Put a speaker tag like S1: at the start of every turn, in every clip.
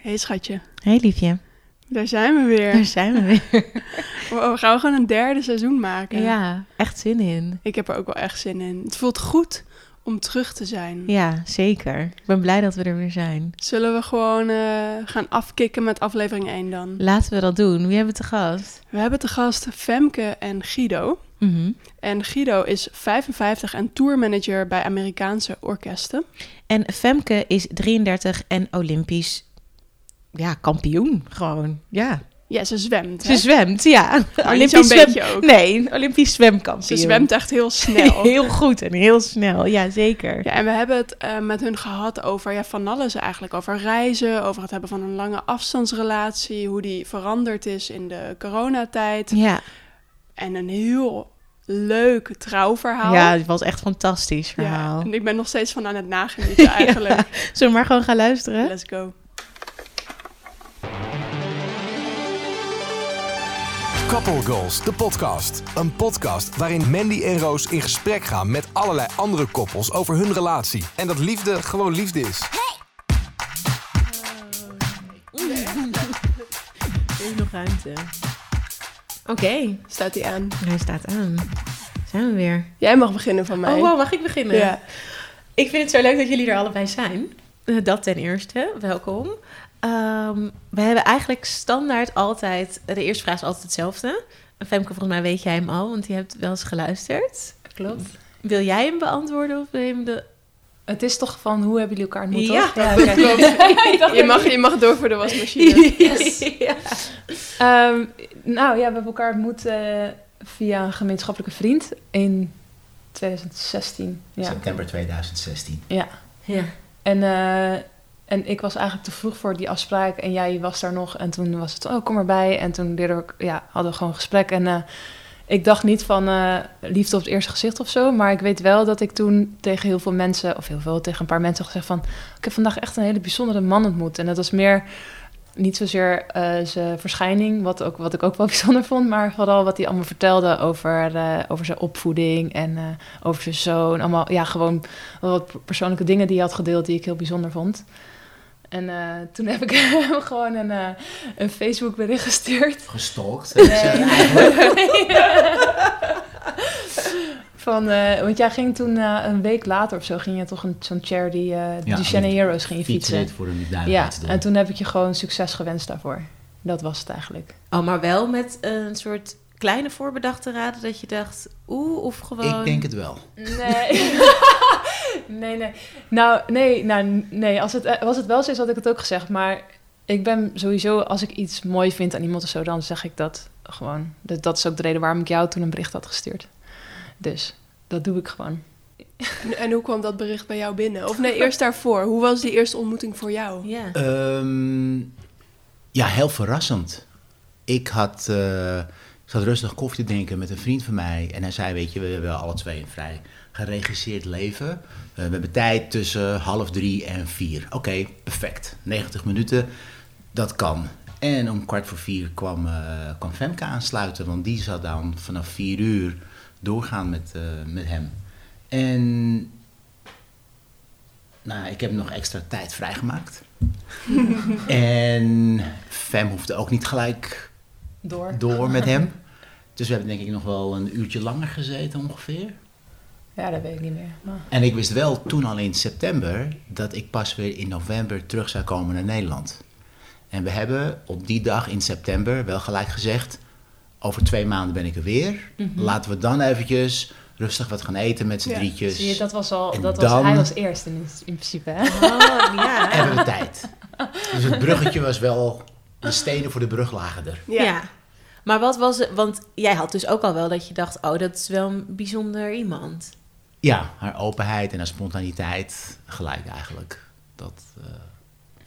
S1: hey, schatje,
S2: Hey liefje,
S1: daar zijn we
S2: daar
S1: weer.
S2: zijn we weer.
S1: Wow, we gaan gewoon een derde seizoen maken.
S2: Ja, echt zin in.
S1: Ik heb er ook wel echt zin in. Het voelt goed om terug te zijn.
S2: Ja, zeker. Ik ben blij dat we er weer zijn.
S1: Zullen we gewoon eh, gaan afkicken met aflevering 1 dan?
S2: Laten we dat doen. Wie hebben we te gast?
S1: We hebben te gast Femke en Guido.
S2: Mhm.
S1: En Guido is 55 en tourmanager bij Amerikaanse orkesten.
S2: En Femke is 33 en Olympisch ja, kampioen. Gewoon, ja.
S1: Ja, ze zwemt.
S2: Ze zwemt, ja.
S1: Maar niet zo'n
S2: zwem-
S1: beetje ook.
S2: Nee, een Olympisch zwemkampioen.
S1: Ze zwemt echt heel snel.
S2: heel goed en heel snel, ja zeker.
S1: Ja, en we hebben het eh, met hun gehad over ja, van alles eigenlijk. Over reizen, over het hebben van een lange afstandsrelatie, hoe die veranderd is in de coronatijd.
S2: Ja,
S1: En een heel leuk trouwverhaal.
S2: ja het was echt een fantastisch
S1: Ja,
S2: verhaal.
S1: en ik ben nog steeds van aan het nagenieten eigenlijk.
S2: Zullen we maar gewoon gaan luisteren?
S1: Let's go.
S3: Couple Goals, de podcast. Een podcast waarin Mandy en Roos in gesprek gaan met allerlei andere koppels over hun relatie. En dat liefde gewoon liefde is.
S2: Er is nog ruimte. Oké.
S1: Staat die aan.
S2: Hij staat aan. Zijn we weer.
S1: Jij mag beginnen van mij.
S2: Oh, wow, mag ik beginnen?
S1: Ja.
S2: Ik vind het zo leuk dat jullie er allebei zijn. Eh, Dat ten eerste, welkom. Ehm, we hebben eigenlijk standaard altijd... De eerste vraag is altijd hetzelfde. Femke, volgens mij weet jij hem al, want je hebt wel eens geluisterd.
S4: Klopt.
S2: Wil jij hem beantwoorden of wil je hem de...
S4: Het is toch van hoe hebben jullie elkaar ontmoet?
S2: Ja,
S4: toch? oké.
S1: Je mag, je mag door voor de wasmachine.
S2: Ja.
S4: Ehm, nou ja, we hebben elkaar ontmoet eh, via een gemeenschappelijke vriend in 2016. Ja.
S5: September 2016.
S4: ja.
S2: ja.
S4: En, eh, en ik was eigenlijk te vroeg voor die afspraak en jij was daar nog. En toen was het, oh kom erbij. En toen leerden we, ja, hadden we gewoon een gesprek. En eh, ik dacht niet van eh, liefde op het eerste gezicht of zo. Maar ik weet wel dat ik toen tegen heel veel mensen, of heel veel tegen een paar mensen gezegd van... Ik heb vandaag echt een hele bijzondere man ontmoet. En dat was meer niet zozeer eh, zijn verschijning, wat, ook, wat ik ook wel bijzonder vond. Maar vooral wat hij allemaal vertelde over, eh, over zijn opvoeding en eh, over zijn zoon. Allemaal, ja, gewoon wel wat persoonlijke dingen die hij had gedeeld die ik heel bijzonder vond. En eh, toen heb ik hem gewoon een, eh, een Facebook bericht gestuurd.
S5: Gestalkt. Nee.
S2: Eh,
S4: Van, eh, want jij ging toen eh, een week later of zo, ging je toch een, zo'n charity, eh
S5: Ja,
S4: Duchenne
S5: die
S4: Heroes ging je fietsen.
S5: voor een
S4: Ja,
S5: duidelijkheid te doen.
S4: en toen heb ik je gewoon succes gewenst daarvoor. Dat was het eigenlijk.
S2: Oh, maar wel met een soort kleine voorbedachte raden dat je dacht... Oeh, of gewoon...
S5: Ik denk het wel.
S4: Nee. nee, nee. Nou, nee, nou, nee. Als het, eh, was het wel zo is, had ik het ook gezegd. Maar ik ben sowieso, als ik iets mooi vind aan iemand of zo, dan zeg ik dat gewoon. Dat, dat is ook de reden waarom ik jou toen een bericht had gestuurd. Dus dat doe ik gewoon.
S1: En, en hoe kwam dat bericht bij jou binnen? Of nee, eerst daarvoor. Hoe was die eerste ontmoeting voor jou?
S2: Ja.
S5: Ehm, ja, heel verrassend. Ik had, eh, ik zat rustig koffie te drinken met een vriend van mij. En hij zei, weet je, we hebben alle twee een vrij geregisseerd leven. Eh, we hebben tijd tussen half drie en vier. Oké, perfect. 90 minuten, dat kan. En om kwart voor vier kwam, eh, kwam Femke aansluiten. Want die zat dan vanaf vier uur doorgaan met, eh, met hem. En nou, ik heb nog extra tijd vrijgemaakt. En Fem hoefde ook niet gelijk
S4: Door.
S5: door met hem. Dus we hebben denk ik nog wel een uurtje langer gezeten ongeveer.
S4: Ja, dat weet ik niet meer. Maar...
S5: En ik wist wel toen al in september dat ik pas weer in november terug zou komen naar Nederland. En we hebben op die dag in september wel gelijk gezegd, over twee maanden ben ik er weer.
S4: Mhm.
S5: Laten we dan eventjes rustig wat gaan eten met z'n
S1: Ja,
S5: drietjes.
S4: Zie je, dat was al,
S5: Dus En
S4: dat was,
S5: dan-
S4: hij was eerst in, in principe, hè?
S2: Oh, ja.
S5: Hebben we tijd. Dus het bruggetje was wel, de stenen voor de brug lagen er.
S2: Ja. Maar wat was het? Want jij had dus ook al wel dat je dacht: oh, dat is wel een bijzonder iemand.
S5: Ja, haar openheid en haar spontaniteit gelijk eigenlijk. Dat, eh,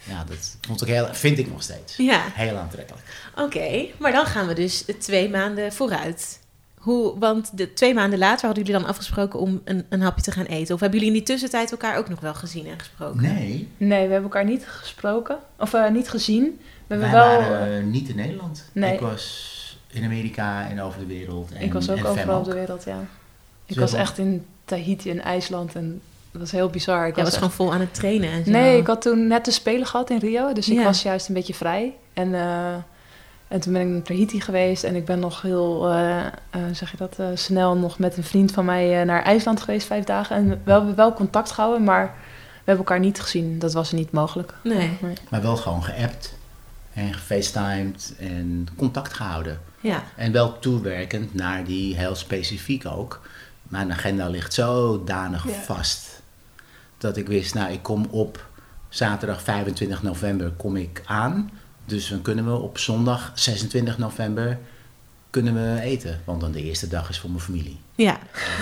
S5: ja, dat vond ik heel, vind ik nog steeds
S2: Ja.
S5: heel aantrekkelijk.
S2: Oké, maar dan gaan we dus twee maanden vooruit. Hoe, want de twee maanden later hadden jullie dan afgesproken om een, een hapje te gaan eten. Of hebben jullie in die tussentijd elkaar ook nog wel gezien en gesproken?
S5: Nee,
S4: Nee, we hebben elkaar niet gesproken. Of eh, niet gezien. We
S5: wij
S4: hebben wel...
S5: waren eh, niet in Nederland.
S4: Nee.
S5: Ik was in Amerika en over de wereld. En,
S4: ik was ook
S5: en Fem
S4: overal op
S5: ook.
S4: de wereld, ja. Ik
S5: we
S4: was
S5: hebben-
S4: echt in Tahiti en IJsland en dat was heel bizar. Ik
S2: Jij was
S4: echt-
S2: gewoon vol aan het trainen en zo.
S4: Nee, ik had toen net de Spelen gehad in Rio. Dus ik
S2: Ja.
S4: was juist een beetje vrij. En, eh, en toen ben ik naar Tahiti geweest. En ik ben nog heel, eh, eh, zeg je dat, eh, snel nog met een vriend van mij eh, naar IJsland geweest. Vijf dagen. En we hebben wel contact gehouden, maar we hebben elkaar niet gezien. Dat was niet mogelijk.
S2: Nee,
S5: Maar wel gewoon geappt en gefacetimed en contact gehouden.
S2: ja.
S5: En wel toewerkend naar die heel specifiek ook. Mijn agenda ligt zodanig
S1: Ja.
S5: vast dat ik wist, nou ik kom op zaterdag 25 november kom ik aan. Dus dan kunnen we op zondag 26 november kunnen we eten. Want dan de eerste dag is voor mijn familie.
S2: Ja.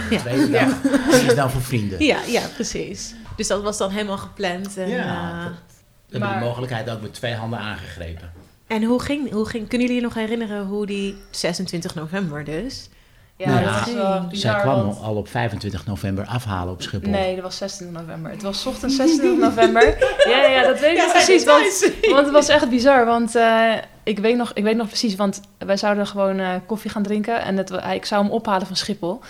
S5: De
S2: Ja.
S5: tweede dag is dan voor vrienden.
S2: Ja, ja, precies. Dus dat was dan helemaal gepland. En,
S5: Ja,
S2: eh,
S5: dat- We hebben
S4: Maar-
S5: die mogelijkheid ook met twee handen aangegrepen.
S2: en hoe ging, hoe ging, kunnen jullie je nog herinneren hoe die 26 november dus?
S4: Ja,
S5: Nou
S4: dat
S5: ja,
S4: is wel bizar.
S5: Zij kwam
S4: want-
S5: al op 25 november afhalen op Schiphol.
S4: Nee, dat was 26 november. Het was ochtend 26 november. Ja, ja, ja, dat weet ik nog precies. Want, want het was echt bizar. Want eh, ik, weet nog, ik weet nog precies, want wij zouden gewoon eh, koffie gaan drinken. En het, wa- ik zou hem ophalen van Schiphol.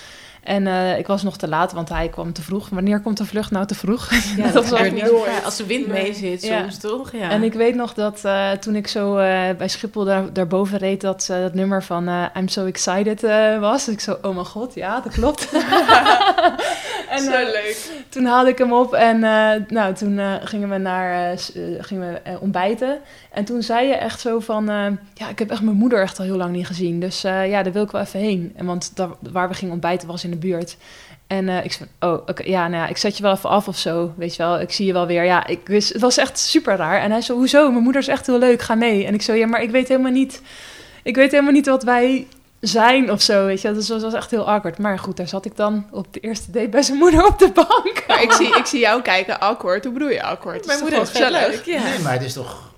S4: En eh, ik was nog te laat, want hij kwam te vroeg. Wanneer komt de vlucht nou te vroeg?
S2: Ja,
S4: was
S2: gebeurt
S4: echt
S2: niet
S1: nooit.
S2: vaak. Als de wind mee zit
S4: Ja.
S2: soms, toch? Ja.
S4: En ik weet nog dat eh, toen ik zo eh, bij Schiphol daar, daarboven reed, dat eh, dat nummer van eh, I'm so excited eh, was. Dus ik zo, oh mijn god, ja, dat klopt. en,
S1: Zo
S4: eh,
S1: leuk.
S4: toen haalde ik hem op en eh, nou, toen eh, gingen we, naar, eh, s- eh, gingen we eh, ontbijten. En toen zei je echt zo van, eh, ja, ik heb echt mijn moeder echt al heel lang niet gezien. Dus eh, ja, daar wil ik wel even heen. En want daar, waar we gingen ontbijten was in de buurt. En eh, ik zei, oh, oké, ja, nou ja, ik zet je wel even af of zo, weet je wel. Ik zie je wel weer. Ja, ik wist, het was echt super raar. En hij zo, hoezo? Mijn moeder is echt heel leuk, ga mee. En ik zo, ja, maar ik weet helemaal niet, ik weet helemaal niet wat wij zijn of zo, weet je wel. Dus dat was echt heel awkward. Maar goed, daar zat ik dan op de eerste date bij zijn moeder op de bank.
S1: Maar Nou, ik zie, ik zie jou kijken, awkward. Hoe bedoel je awkward?
S2: Mijn
S1: Het is
S2: moeder
S1: toch
S2: is
S1: wel
S2: vet
S1: gezellig?
S2: leuk. Ja.
S5: Nee, maar het is toch...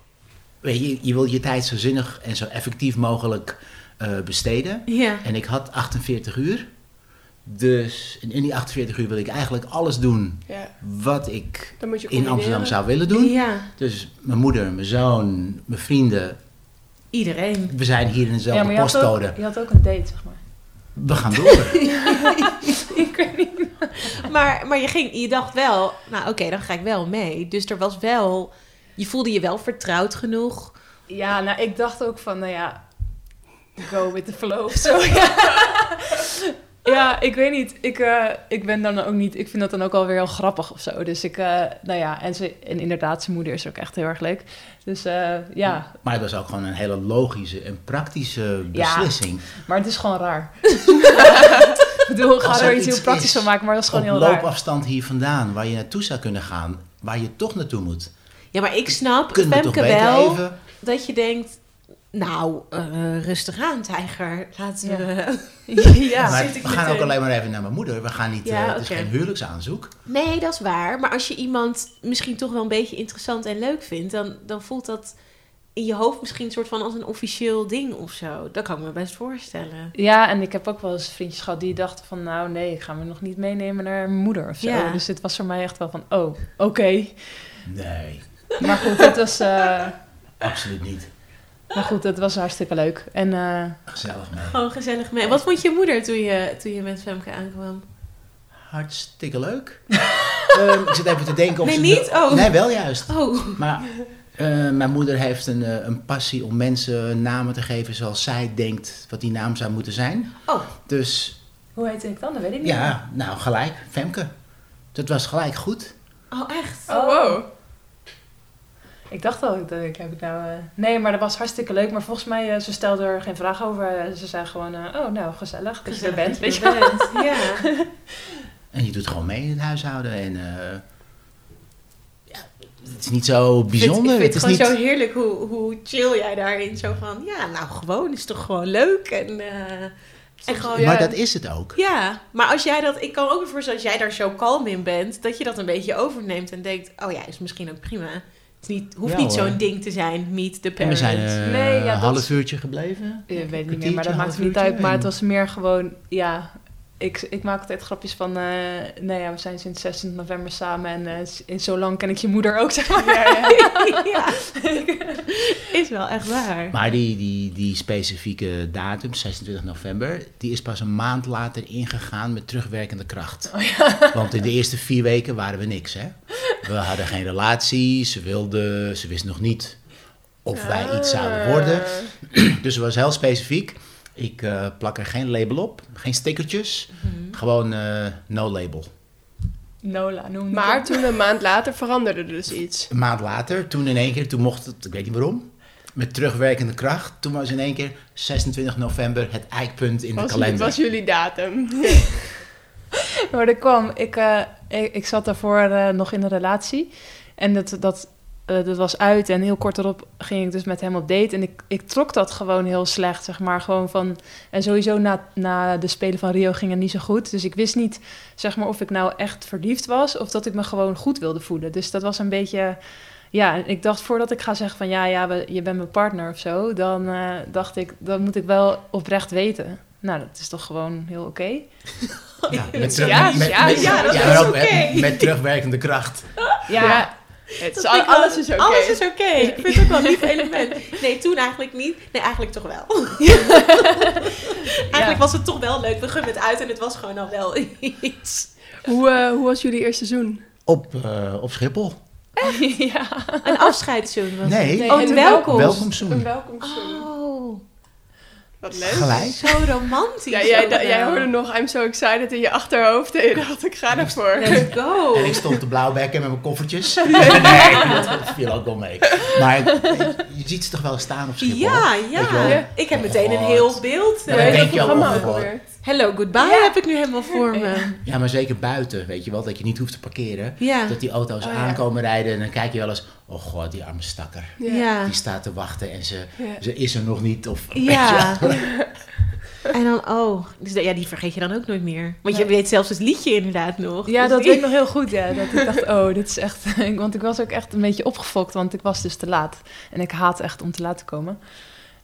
S5: Weet je, je wil je tijd zo zinnig en zo effectief mogelijk eh, besteden.
S2: ja.
S5: En ik had 48 uur. Dus in in die 48 uur wil ik eigenlijk alles doen
S1: Ja,
S5: wat ik
S1: dan moet je
S5: in
S1: combineren.
S5: Amsterdam zou willen doen.
S2: Ja,
S5: Dus mijn moeder, mijn zoon, mijn vrienden.
S2: iedereen.
S5: We zijn hier in dezelfde
S4: je had, ook,
S5: postcode.
S4: je had ook een date, zeg maar.
S5: We gaan door.
S4: ik weet niet.
S2: Maar, maar je, ging, je dacht wel, nou oké, dan ga ik wel mee. Dus er was wel, je voelde je wel vertrouwd genoeg.
S4: Ja, nou, ik dacht ook van, nou ja, go with the flow of zo. Ja, ja ik weet niet. Ik, eh, ik ben dan ook niet, ik vind dat dan ook alweer heel grappig of zo. Dus ik, eh, nou ja, en, ze, en inderdaad, zijn moeder is ook echt heel erg leuk. Dus eh, ja,
S5: Maar het was ook gewoon een hele logische en praktische beslissing.
S4: maar het is gewoon raar. ik bedoel, ga
S5: Als
S4: er
S5: er
S4: iets heel
S5: iets
S4: praktisch
S5: is,
S4: van maken, maar dat is gewoon
S5: Op
S4: heel raar.
S5: loopafstand hier vandaan, waar je naartoe zou kunnen gaan, waar je toch naartoe moet.
S2: Ja, maar ik snap,
S5: Kunnen we toch
S2: Femke
S5: beter
S2: wel,
S5: even?
S2: dat je denkt, nou, eh, rustig aan tijger, laten we...
S4: Ja.
S5: maar
S2: zit ik
S5: we gaan ook
S2: meteen.
S5: alleen maar even naar mijn moeder. We gaan niet,
S2: Ja,
S5: eh, het is
S2: oké.
S5: geen huwelijksaanzoek.
S2: Nee, dat is waar. Maar als je iemand misschien toch wel een beetje interessant en leuk vindt, dan, dan voelt dat in je hoofd misschien een soort van als een officieel ding of zo. Dat kan ik me best voorstellen.
S4: Ja, en ik heb ook wel eens vriendjes gehad die dachten van... nou nee, ik ga me nog niet meenemen naar mijn moeder of zo.
S2: Ja.
S4: Dus dit was voor mij echt wel van, oh, oké.
S5: Nee,
S4: Maar goed, het was, eh,
S5: absoluut niet.
S4: maar goed, het was hartstikke leuk. En eh,
S5: Gezellig mee.
S2: Gewoon gezellig mee. Wat vond je moeder toen je, toen je met Femke aankwam?
S5: Hartstikke leuk. Ehm, ik zit even te denken of
S2: Nee,
S5: ze...
S2: niet? Oh.
S5: Nee, wel juist.
S2: Oh,
S5: Maar eh, mijn moeder heeft een, eh, een passie om mensen namen te geven zoals zij denkt wat die naam zou moeten zijn.
S2: oh.
S5: Dus
S4: hoe heet ik dan? Dat weet ik niet.
S5: ja, nou gelijk, Femke. Dat was gelijk goed.
S2: oh echt?
S1: Oh, wow.
S4: Ik dacht al, ik, ik heb ik nou... eh, Nee, maar dat was hartstikke leuk. Maar volgens mij, eh, ze stelde er geen vraag over. Eh, Ze zei gewoon, eh, oh nou, gezellig dat je er bent. Weet je wel.
S2: bent. Ja.
S5: En je doet gewoon mee in het huishouden. En eh, ja, het is niet zo bijzonder.
S2: Ik vind het
S5: is
S2: gewoon
S5: niet...
S2: zo heerlijk hoe, hoe chill jij daarin zo van, ja, nou gewoon, is toch gewoon leuk en, eh, en
S4: Oh,
S2: gewoon,
S5: Maar
S2: ja.
S5: dat is het ook.
S2: Ja, maar als jij dat, ik kan ook weer voorstellen, als jij daar zo kalm in bent, dat je dat een beetje overneemt en denkt, oh ja, is misschien ook prima. Het is niet, hoeft
S5: Ja,
S2: niet
S5: hoor.
S2: zo'n ding te zijn, meet the
S5: En we
S2: parent.
S5: zijn eh,
S4: Nee, ja,
S5: een
S4: dat
S5: half
S4: is-
S5: uurtje gebleven.
S4: Ik weet het niet meer,
S5: Kwartiertje,
S4: maar dat
S5: half
S4: maakt me niet
S5: uurtje
S4: uit. Maar
S5: en-
S4: het was meer gewoon, ja... Ik, ik maak altijd grapjes van, eh nou ja, we zijn sinds 16 november samen en eh, in zo lang ken ik je moeder ook, zeg maar.
S2: ja, ja. ik is wel echt waar.
S5: Maar die, die, die specifieke datum, 26 november, die is pas een maand later ingegaan met terugwerkende kracht.
S4: Oh,
S5: Want in de eerste vier weken waren we niks, hè? We hadden geen relatie, ze wilde, ze wist nog niet of wij iets
S4: Ah.
S5: zouden worden.
S1: Ah.
S5: Dus het was heel specifiek. Ik eh, plak er geen label op, geen stickertjes,
S2: Mhm.
S5: gewoon eh, no label.
S4: Nola noemde
S1: Maar toen een maand later veranderde dus iets.
S5: Een maand later, toen in één keer, toen mocht het, ik weet niet waarom, met terugwerkende kracht, toen was in één keer 26 november het eikpunt in de
S1: Was,
S5: kalender.
S1: was jullie datum.
S4: Maar dat kwam, ik, eh, ik, ik zat daarvoor eh, nog in een relatie. En dat, dat, eh, dat was uit. En heel kort daarop ging ik dus met hem op date. En ik, ik trok dat gewoon heel slecht, zeg maar. Gewoon van, en sowieso na, na de Spelen van Rio ging het niet zo goed. Dus ik wist niet, zeg maar, of ik nou echt verliefd was... of dat ik me gewoon goed wilde voelen. Dus dat was een beetje... Ja, en ik dacht voordat ik ga zeggen van ja, ja, we- je bent mijn partner of zo, dan eh, dacht ik, dat moet ik wel oprecht weten. Nou, dat is toch gewoon heel oké.
S5: Ja, met terug-
S1: Ja,
S5: met-
S1: ja,
S5: met-
S1: ja, dat
S5: maar
S2: is
S5: ook met-
S2: oké.
S5: Met terugwerkende kracht.
S4: ja,
S1: Het is,
S2: Dat vind ik wel-
S1: alles is oké.
S2: Alles is oké. Ik vind het ook wel een lief element. Nee, toen eigenlijk niet. Nee, eigenlijk toch wel. eigenlijk
S4: Ja.
S2: was het toch wel leuk. We gunnen het uit en het was gewoon al wel iets.
S1: Hoe, eh, hoe was jullie eerste seizoen?
S5: Op, eh, op Schiphol.
S4: ja.
S2: Een afscheidszoen was het.
S5: Nee,
S1: Nee.
S2: Oh,
S1: en
S2: een
S1: een
S2: welkom.
S5: welkom zoen.
S1: welkom
S2: Oh,
S1: Wat leuk.
S5: Gelijk.
S2: zo romantisch.
S1: Ja, jij, da-
S2: allemaal.
S1: jij hoorde nog I'm so excited in je achterhoofd en je dacht ik ga daarvoor.
S2: Let's go.
S5: En ik stond te blauwbekken met mijn koffertjes. Nee, dat viel ook wel mee. Maar je ziet ze toch wel staan op Schiphol?
S2: Ja,
S5: Weet je wel?
S2: ja. Ik heb meteen een
S5: God.
S2: heel beeld.
S5: Ja, dat
S2: Eh,
S5: denk je al
S1: programma
S5: over.
S1: ook alweer.
S2: Hello, goodbye heb ik nu helemaal voor me.
S5: Ja, maar zeker buiten, weet je wel, dat je niet hoeft te parkeren.
S2: Ja.
S5: Dat die auto's
S1: Oh, ja.
S5: aankomen rijden en dan kijk je wel eens, oh god, die arme stakker.
S1: Ja.
S2: ja.
S5: Die staat te wachten en ze,
S1: Ja.
S5: ze is er nog niet. Of,
S2: Ja. En dan, oh, dus ja, die vergeet je dan ook nooit meer. Want je weet zelfs het liedje inderdaad nog.
S4: Ja,
S2: Dus
S4: dat
S2: die-
S4: weet ik nog heel goed. Ja. Dat ik dacht, oh, dit is echt... Want ik was ook echt een beetje opgefokt, want ik was dus te laat. En ik haat echt om te laat te komen.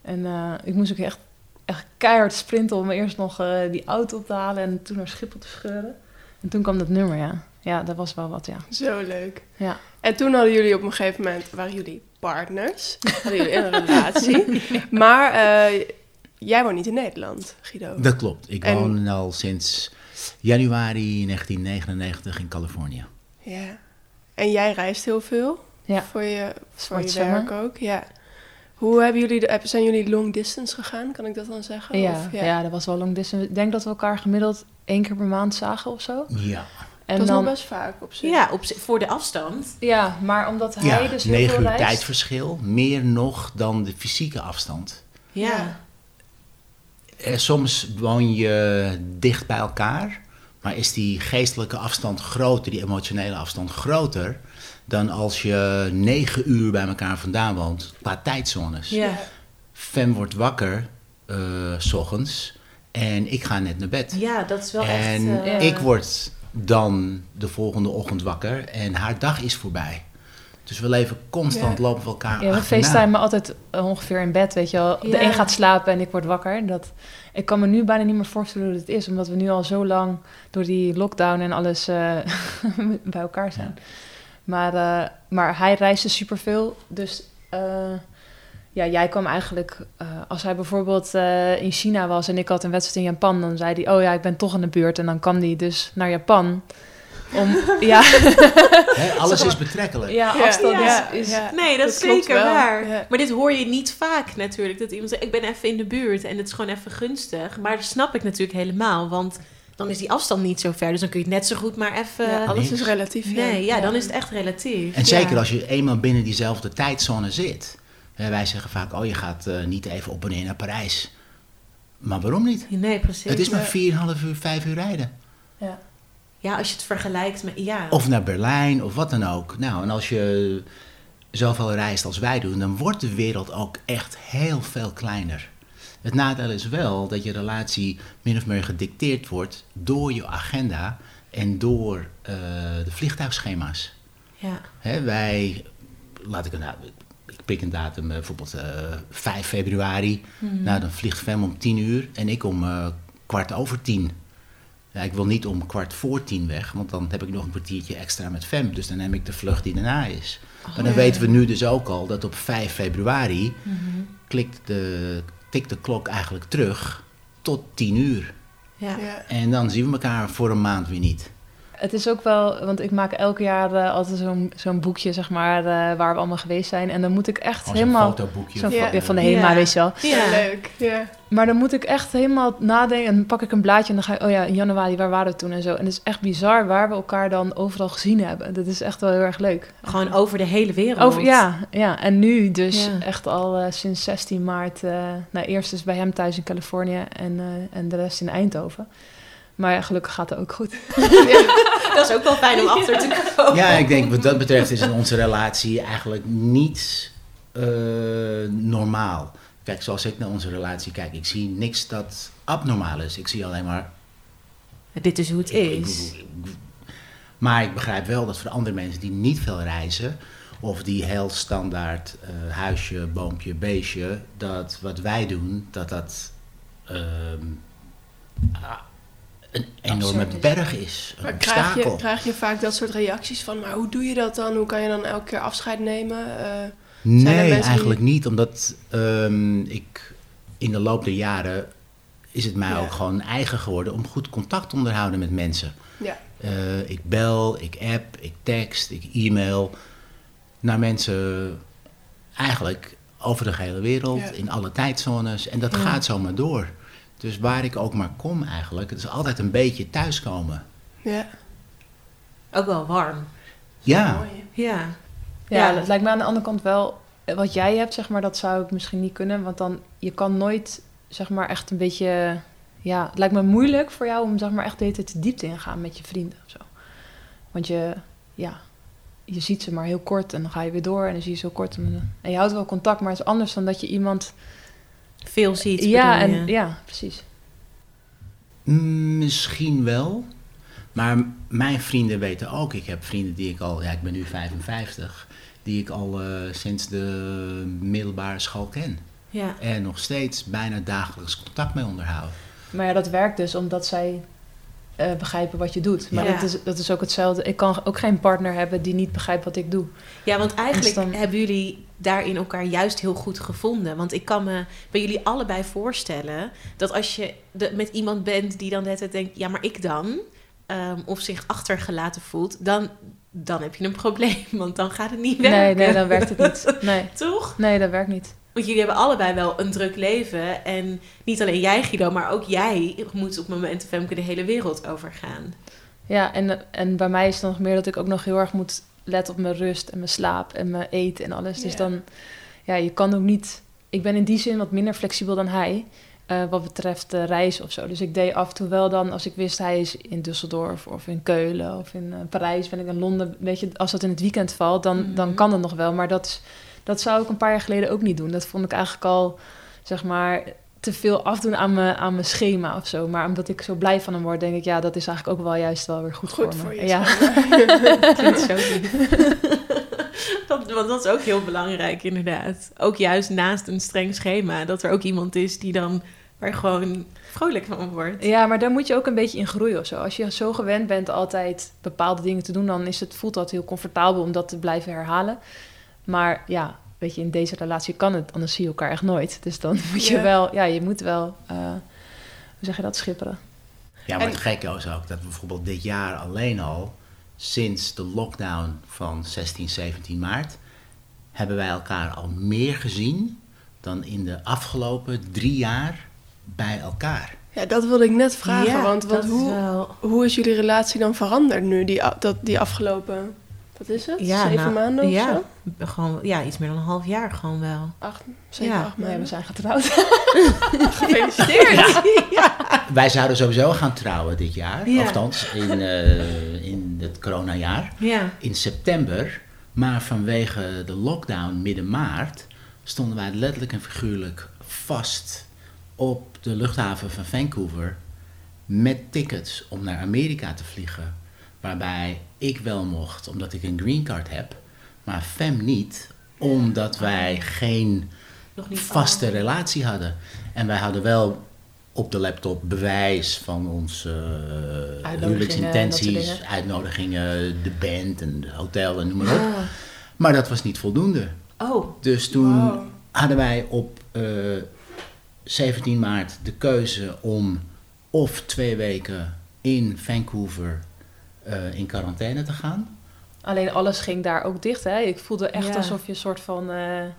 S4: En eh, ik moest ook echt, echt keihard sprinten om eerst nog eh, die auto op te halen... en toen naar Schiphol te scheuren. En toen kwam dat nummer, ja. Ja, dat was wel wat, ja.
S1: Zo leuk.
S4: Ja.
S1: En toen hadden jullie op een gegeven moment, waren jullie partners, hadden jullie een relatie. Maar eh, jij woont niet in Nederland, Guido.
S5: Dat klopt. Ik
S1: En-
S5: woon al sinds januari 1999 in Californië.
S1: Ja. En jij reist heel veel
S4: Ja.
S1: voor je, voor je
S4: Zwart summer.
S1: werk ook. Ja. Hoe hebben jullie, de, heb- zijn jullie long distance gegaan, kan ik dat dan zeggen?
S4: Ja,
S1: Of-
S4: ja. dat was wel long distance. Ik denk dat we elkaar gemiddeld één keer per maand zagen of zo.
S5: Ja.
S4: En
S1: dat is
S4: dan,
S1: nog best vaak op zich.
S2: Ja, op, zi- voor de afstand.
S4: Ja, maar omdat hij
S5: ja,
S4: dus heel
S5: negen
S4: veel
S5: uur
S4: reist...
S5: tijdverschil. Meer nog dan de fysieke afstand.
S2: Ja.
S5: Eh, soms woon je dicht bij elkaar, maar is die geestelijke afstand groter, die emotionele afstand groter, dan als je negen uur bij elkaar vandaan woont, qua tijdzones.
S2: Ja.
S5: Fem wordt wakker, eh, s ochtends, en ik ga net naar bed.
S2: Ja, dat is wel echt...
S5: en
S2: eh,
S5: ik word dan de volgende ochtend wakker en haar dag is voorbij. Dus we leven constant,
S1: Ja.
S5: lopen we elkaar
S4: Ja, we
S5: achterna.
S4: facetimen altijd eh, ongeveer in bed, weet je wel.
S2: Ja.
S4: De een gaat slapen en ik word wakker. Dat, ik kan me nu bijna niet meer voorstellen hoe het is, omdat we nu al zo lang door die lockdown en alles eh, bij elkaar zijn. Maar, eh, maar hij reisde superveel, dus eh, ja, jij kwam eigenlijk... eh, als hij bijvoorbeeld eh, in China was en ik had een wedstrijd in Japan, dan zei hij, oh ja, ik ben toch in de buurt. En dan kwam hij dus naar Japan. Om, ja,
S5: Hè, alles is betrekkelijk.
S4: ja,
S1: Ja.
S4: afstand is-
S1: Ja.
S4: is,
S1: Ja.
S2: Nee, dat,
S1: Dat
S2: is
S1: klopt
S2: zeker
S1: wel,
S2: waar.
S1: ja.
S2: Maar dit hoor je niet vaak natuurlijk. Dat iemand zegt, ik ben even in de buurt en het is gewoon even gunstig. Maar dat snap ik natuurlijk helemaal. Want dan is die afstand niet zo ver. Dus dan kun je het net zo goed maar even...
S1: Ja, alles
S5: niks.
S1: is relatief. ja.
S2: eh, nee, ja, dan is het echt relatief.
S5: En zeker als je eenmaal binnen diezelfde tijdzone zit. Hè, wij zeggen vaak, oh je gaat eh, niet even op en neer naar Parijs. Maar waarom niet?
S2: Nee, precies.
S5: Het is maar 4,5 uur, 5 uur rijden.
S4: ja.
S2: Ja, als je het vergelijkt met... Ja.
S5: Of naar Berlijn of wat dan ook. Nou, en als je zoveel reist als wij doen, dan wordt de wereld ook echt heel veel kleiner. Het nadeel is wel dat je relatie min of meer gedicteerd wordt door je agenda en door eh, de vliegtuigschema's.
S2: ja.
S5: Hè, wij, laat ik een, nou, ik prik een datum, eh, bijvoorbeeld eh, 5
S2: Hmm.
S4: Mm.
S5: Nou, februari. Nou, dan vliegt Fem om 10 uur en ik om eh, kwart over 10. Ja, ik wil niet om kwart voor tien weg, want dan heb ik nog een kwartiertje extra met Fem. Dus dan neem ik de vlucht die daarna is.
S4: Oh,
S5: maar dan
S2: Oh, ja.
S5: weten we nu dus ook al dat op 5 februari
S2: Mhm.
S5: klikt de, tikt de klok eigenlijk terug tot tien uur.
S2: Ja.
S1: Ja.
S5: En dan zien we elkaar voor een maand weer niet.
S4: Het is ook wel, want ik maak elk jaar eh, altijd zo'n zo'n boekje, zeg maar, eh, waar we allemaal geweest zijn. En dan moet ik echt
S5: Als een
S4: helemaal.
S5: fotoboekje. eh,
S4: Zo'n
S1: Ja.
S4: fo- ja, van de HEMA,
S2: Ja.
S4: weet je wel.
S1: Ja,
S2: Ja.
S1: leuk. Ja.
S4: Maar dan moet ik echt helemaal nadenken. En dan pak ik een blaadje en dan ga ik, oh ja, in januari, waar waren we toen en zo. En het is echt bizar waar we elkaar dan overal gezien hebben. Dat is echt wel heel erg leuk.
S2: Gewoon over de hele wereld.
S4: Over, ja, ja, en nu dus
S2: Ja.
S4: echt al eh, sinds 16 maart. eh nou, eerst is bij hem thuis in Californië en, eh, en de rest in Eindhoven. Maar ja, gelukkig gaat het ook goed.
S2: Dat is ook wel fijn om achter te komen.
S5: Ja, ik denk wat dat betreft is in onze relatie eigenlijk niet eh, normaal. Kijk, zoals ik naar onze relatie kijk, ik zie niks dat abnormaal is. Ik zie alleen maar.
S2: Dit is hoe het is.
S5: Maar ik begrijp wel dat voor andere mensen die niet veel reizen, of die heel standaard eh, huisje, boompje, beestje, dat wat wij doen, dat dat ehm, ah, een enorme
S2: Absurd is.
S5: berg is. Een
S1: Maar krijg je,
S5: obstakel.
S1: krijg je vaak dat soort reacties van, maar hoe doe je dat dan? Hoe kan je dan elke keer afscheid nemen? Eh, er
S5: Nee,
S1: mensen die-
S5: eigenlijk niet. Omdat ehm, ik in de loop der jaren is het mij
S1: Ja.
S5: ook gewoon eigen geworden om goed contact te onderhouden met mensen.
S1: ja.
S5: Eh, ik bel, ik app, ik tekst, ik e-mail naar mensen eigenlijk over de hele wereld,
S1: Ja.
S5: in alle tijdzones. En dat
S2: Ja.
S5: gaat zomaar door. Dus waar ik ook maar kom eigenlijk, het is altijd een beetje thuiskomen.
S1: ja.
S2: Ook wel warm.
S5: Ja,
S1: Mooi.
S2: Ja.
S4: Ja,
S2: Ja.
S4: het lijkt me aan de andere kant wel... eh, Wat jij hebt, zeg maar, dat zou ik misschien niet kunnen. Want dan, je kan nooit, zeg maar, echt een beetje... Ja, het lijkt me moeilijk voor jou om, zeg maar, echt de hele tijd de diepte in te gaan met je vrienden of zo. Want je, ja, je ziet ze maar heel kort en dan ga je weer door en dan zie je ze heel kort. En, en je houdt wel contact, maar het is anders dan dat je iemand...
S2: Veel ziet.
S4: ja,
S2: bedoel
S4: en,
S2: je.
S4: ja, precies.
S5: Mm, Misschien wel. Maar m- mijn vrienden weten ook. Ik heb vrienden die ik al, ja, ik ben nu 55, die ik al eh, sinds de middelbare school ken.
S2: ja.
S5: En nog steeds bijna dagelijks contact mee onderhoud.
S4: Maar ja, dat werkt dus omdat zij eh, begrijpen wat je doet. Maar
S2: Ja.
S4: dat, is, dat is ook hetzelfde. Ik kan ook geen partner hebben die niet begrijpt wat ik doe.
S2: Ja, want eigenlijk
S4: Dus dan-
S2: hebben jullie daarin elkaar juist heel goed gevonden. Want ik kan me bij jullie allebei voorstellen dat als je de- met iemand bent die dan de hele tijd denkt, ja, maar ik dan, ehm, of zich achtergelaten voelt, dan, dan heb je een probleem, want dan gaat het niet werken.
S4: Nee, nee, dan werkt het niet. Nee,
S2: Toch?
S4: nee, dat werkt niet.
S2: Want jullie hebben allebei wel een druk leven. En niet alleen jij, Guido, maar ook jij moet op momenten Femke de hele wereld overgaan.
S4: Ja, en, en bij mij is het dan nog meer dat ik ook nog heel erg moet letten op mijn rust en mijn slaap en mijn eten en alles. Dus
S1: Ja.
S4: dan, ja, je kan ook niet... Ik ben in die zin wat minder flexibel dan hij, eh, wat betreft eh, reizen of zo. Dus ik deed af en toe wel dan, als ik wist hij is in Düsseldorf of in Keulen of in eh, Parijs, ben ik in Londen. Weet je, als dat in het weekend valt, dan,
S2: Mhm.
S4: dan kan dat nog wel. Maar dat, is- dat zou ik een paar jaar geleden ook niet doen. Dat vond ik eigenlijk al, zeg maar, te veel afdoen aan mijn, aan mijn schema of zo. Maar omdat ik zo blij van hem word, denk ik, ja, dat is eigenlijk ook wel juist wel weer goed,
S1: Goed
S4: me.
S1: voor je.
S4: Ja.
S2: Klinkt zo lief. dat, want dat is ook heel belangrijk, inderdaad. Ook juist naast een streng schema, dat er ook iemand is die dan er gewoon vrolijk van wordt.
S4: ja, maar daar moet je ook een beetje in groeien of zo. Als je zo gewend bent altijd bepaalde dingen te doen, dan is het, voelt dat heel comfortabel om dat te blijven herhalen. Maar ja, weet je, in deze relatie kan het, anders zie je elkaar echt nooit. Dus dan moet je
S1: Ja.
S4: wel, ja, je moet wel, eh, hoe zeg je dat, schipperen.
S5: Ja, maar
S1: En-
S5: het gekke is ook dat we bijvoorbeeld dit jaar alleen al, sinds de lockdown van 16, 17 maart, hebben wij elkaar al meer gezien dan in de afgelopen drie jaar bij elkaar.
S1: ja, dat wilde ik net vragen.
S2: Ja,
S1: want want
S2: dat
S1: hoe,
S2: is wel...
S1: hoe is jullie relatie dan veranderd nu, die, a- dat, die afgelopen, wat is het? zeven
S2: nou,
S1: maanden of
S2: ja,
S1: zo?
S2: Gewoon, ja, iets meer dan een half jaar gewoon wel.
S1: Acht, zeven,
S2: Ja.
S1: acht
S4: Nee, we
S1: maanden.
S4: zijn getrouwd.
S2: Gefeliciteerd!
S5: Wij zouden sowieso gaan trouwen dit jaar,
S2: Ja.
S5: althans in, eh, in het coronajaar.
S2: ja.
S5: in september, maar vanwege de lockdown midden maart stonden wij letterlijk en figuurlijk vast op de luchthaven van Vancouver met tickets om naar Amerika te vliegen. Waarbij ik wel mocht, omdat ik een green card heb, maar Fem niet, omdat wij geen
S2: Nog niet
S5: vaste relatie hadden. En wij hadden wel op de laptop bewijs van onze eh,
S4: Uitnodigingen, dat
S5: huwelijksintenties,
S4: soort dingen.
S5: uitnodigingen, de band en het hotel en noem maar op. Maar dat was niet voldoende.
S2: Oh,
S5: Dus toen
S1: Wow.
S5: hadden wij op eh, 17 maart de keuze om of twee weken in Vancouver eh, in quarantaine te gaan.
S4: Alleen alles ging daar ook dicht. Hè? Ik voelde echt
S2: Ja.
S4: alsof je een soort van eh,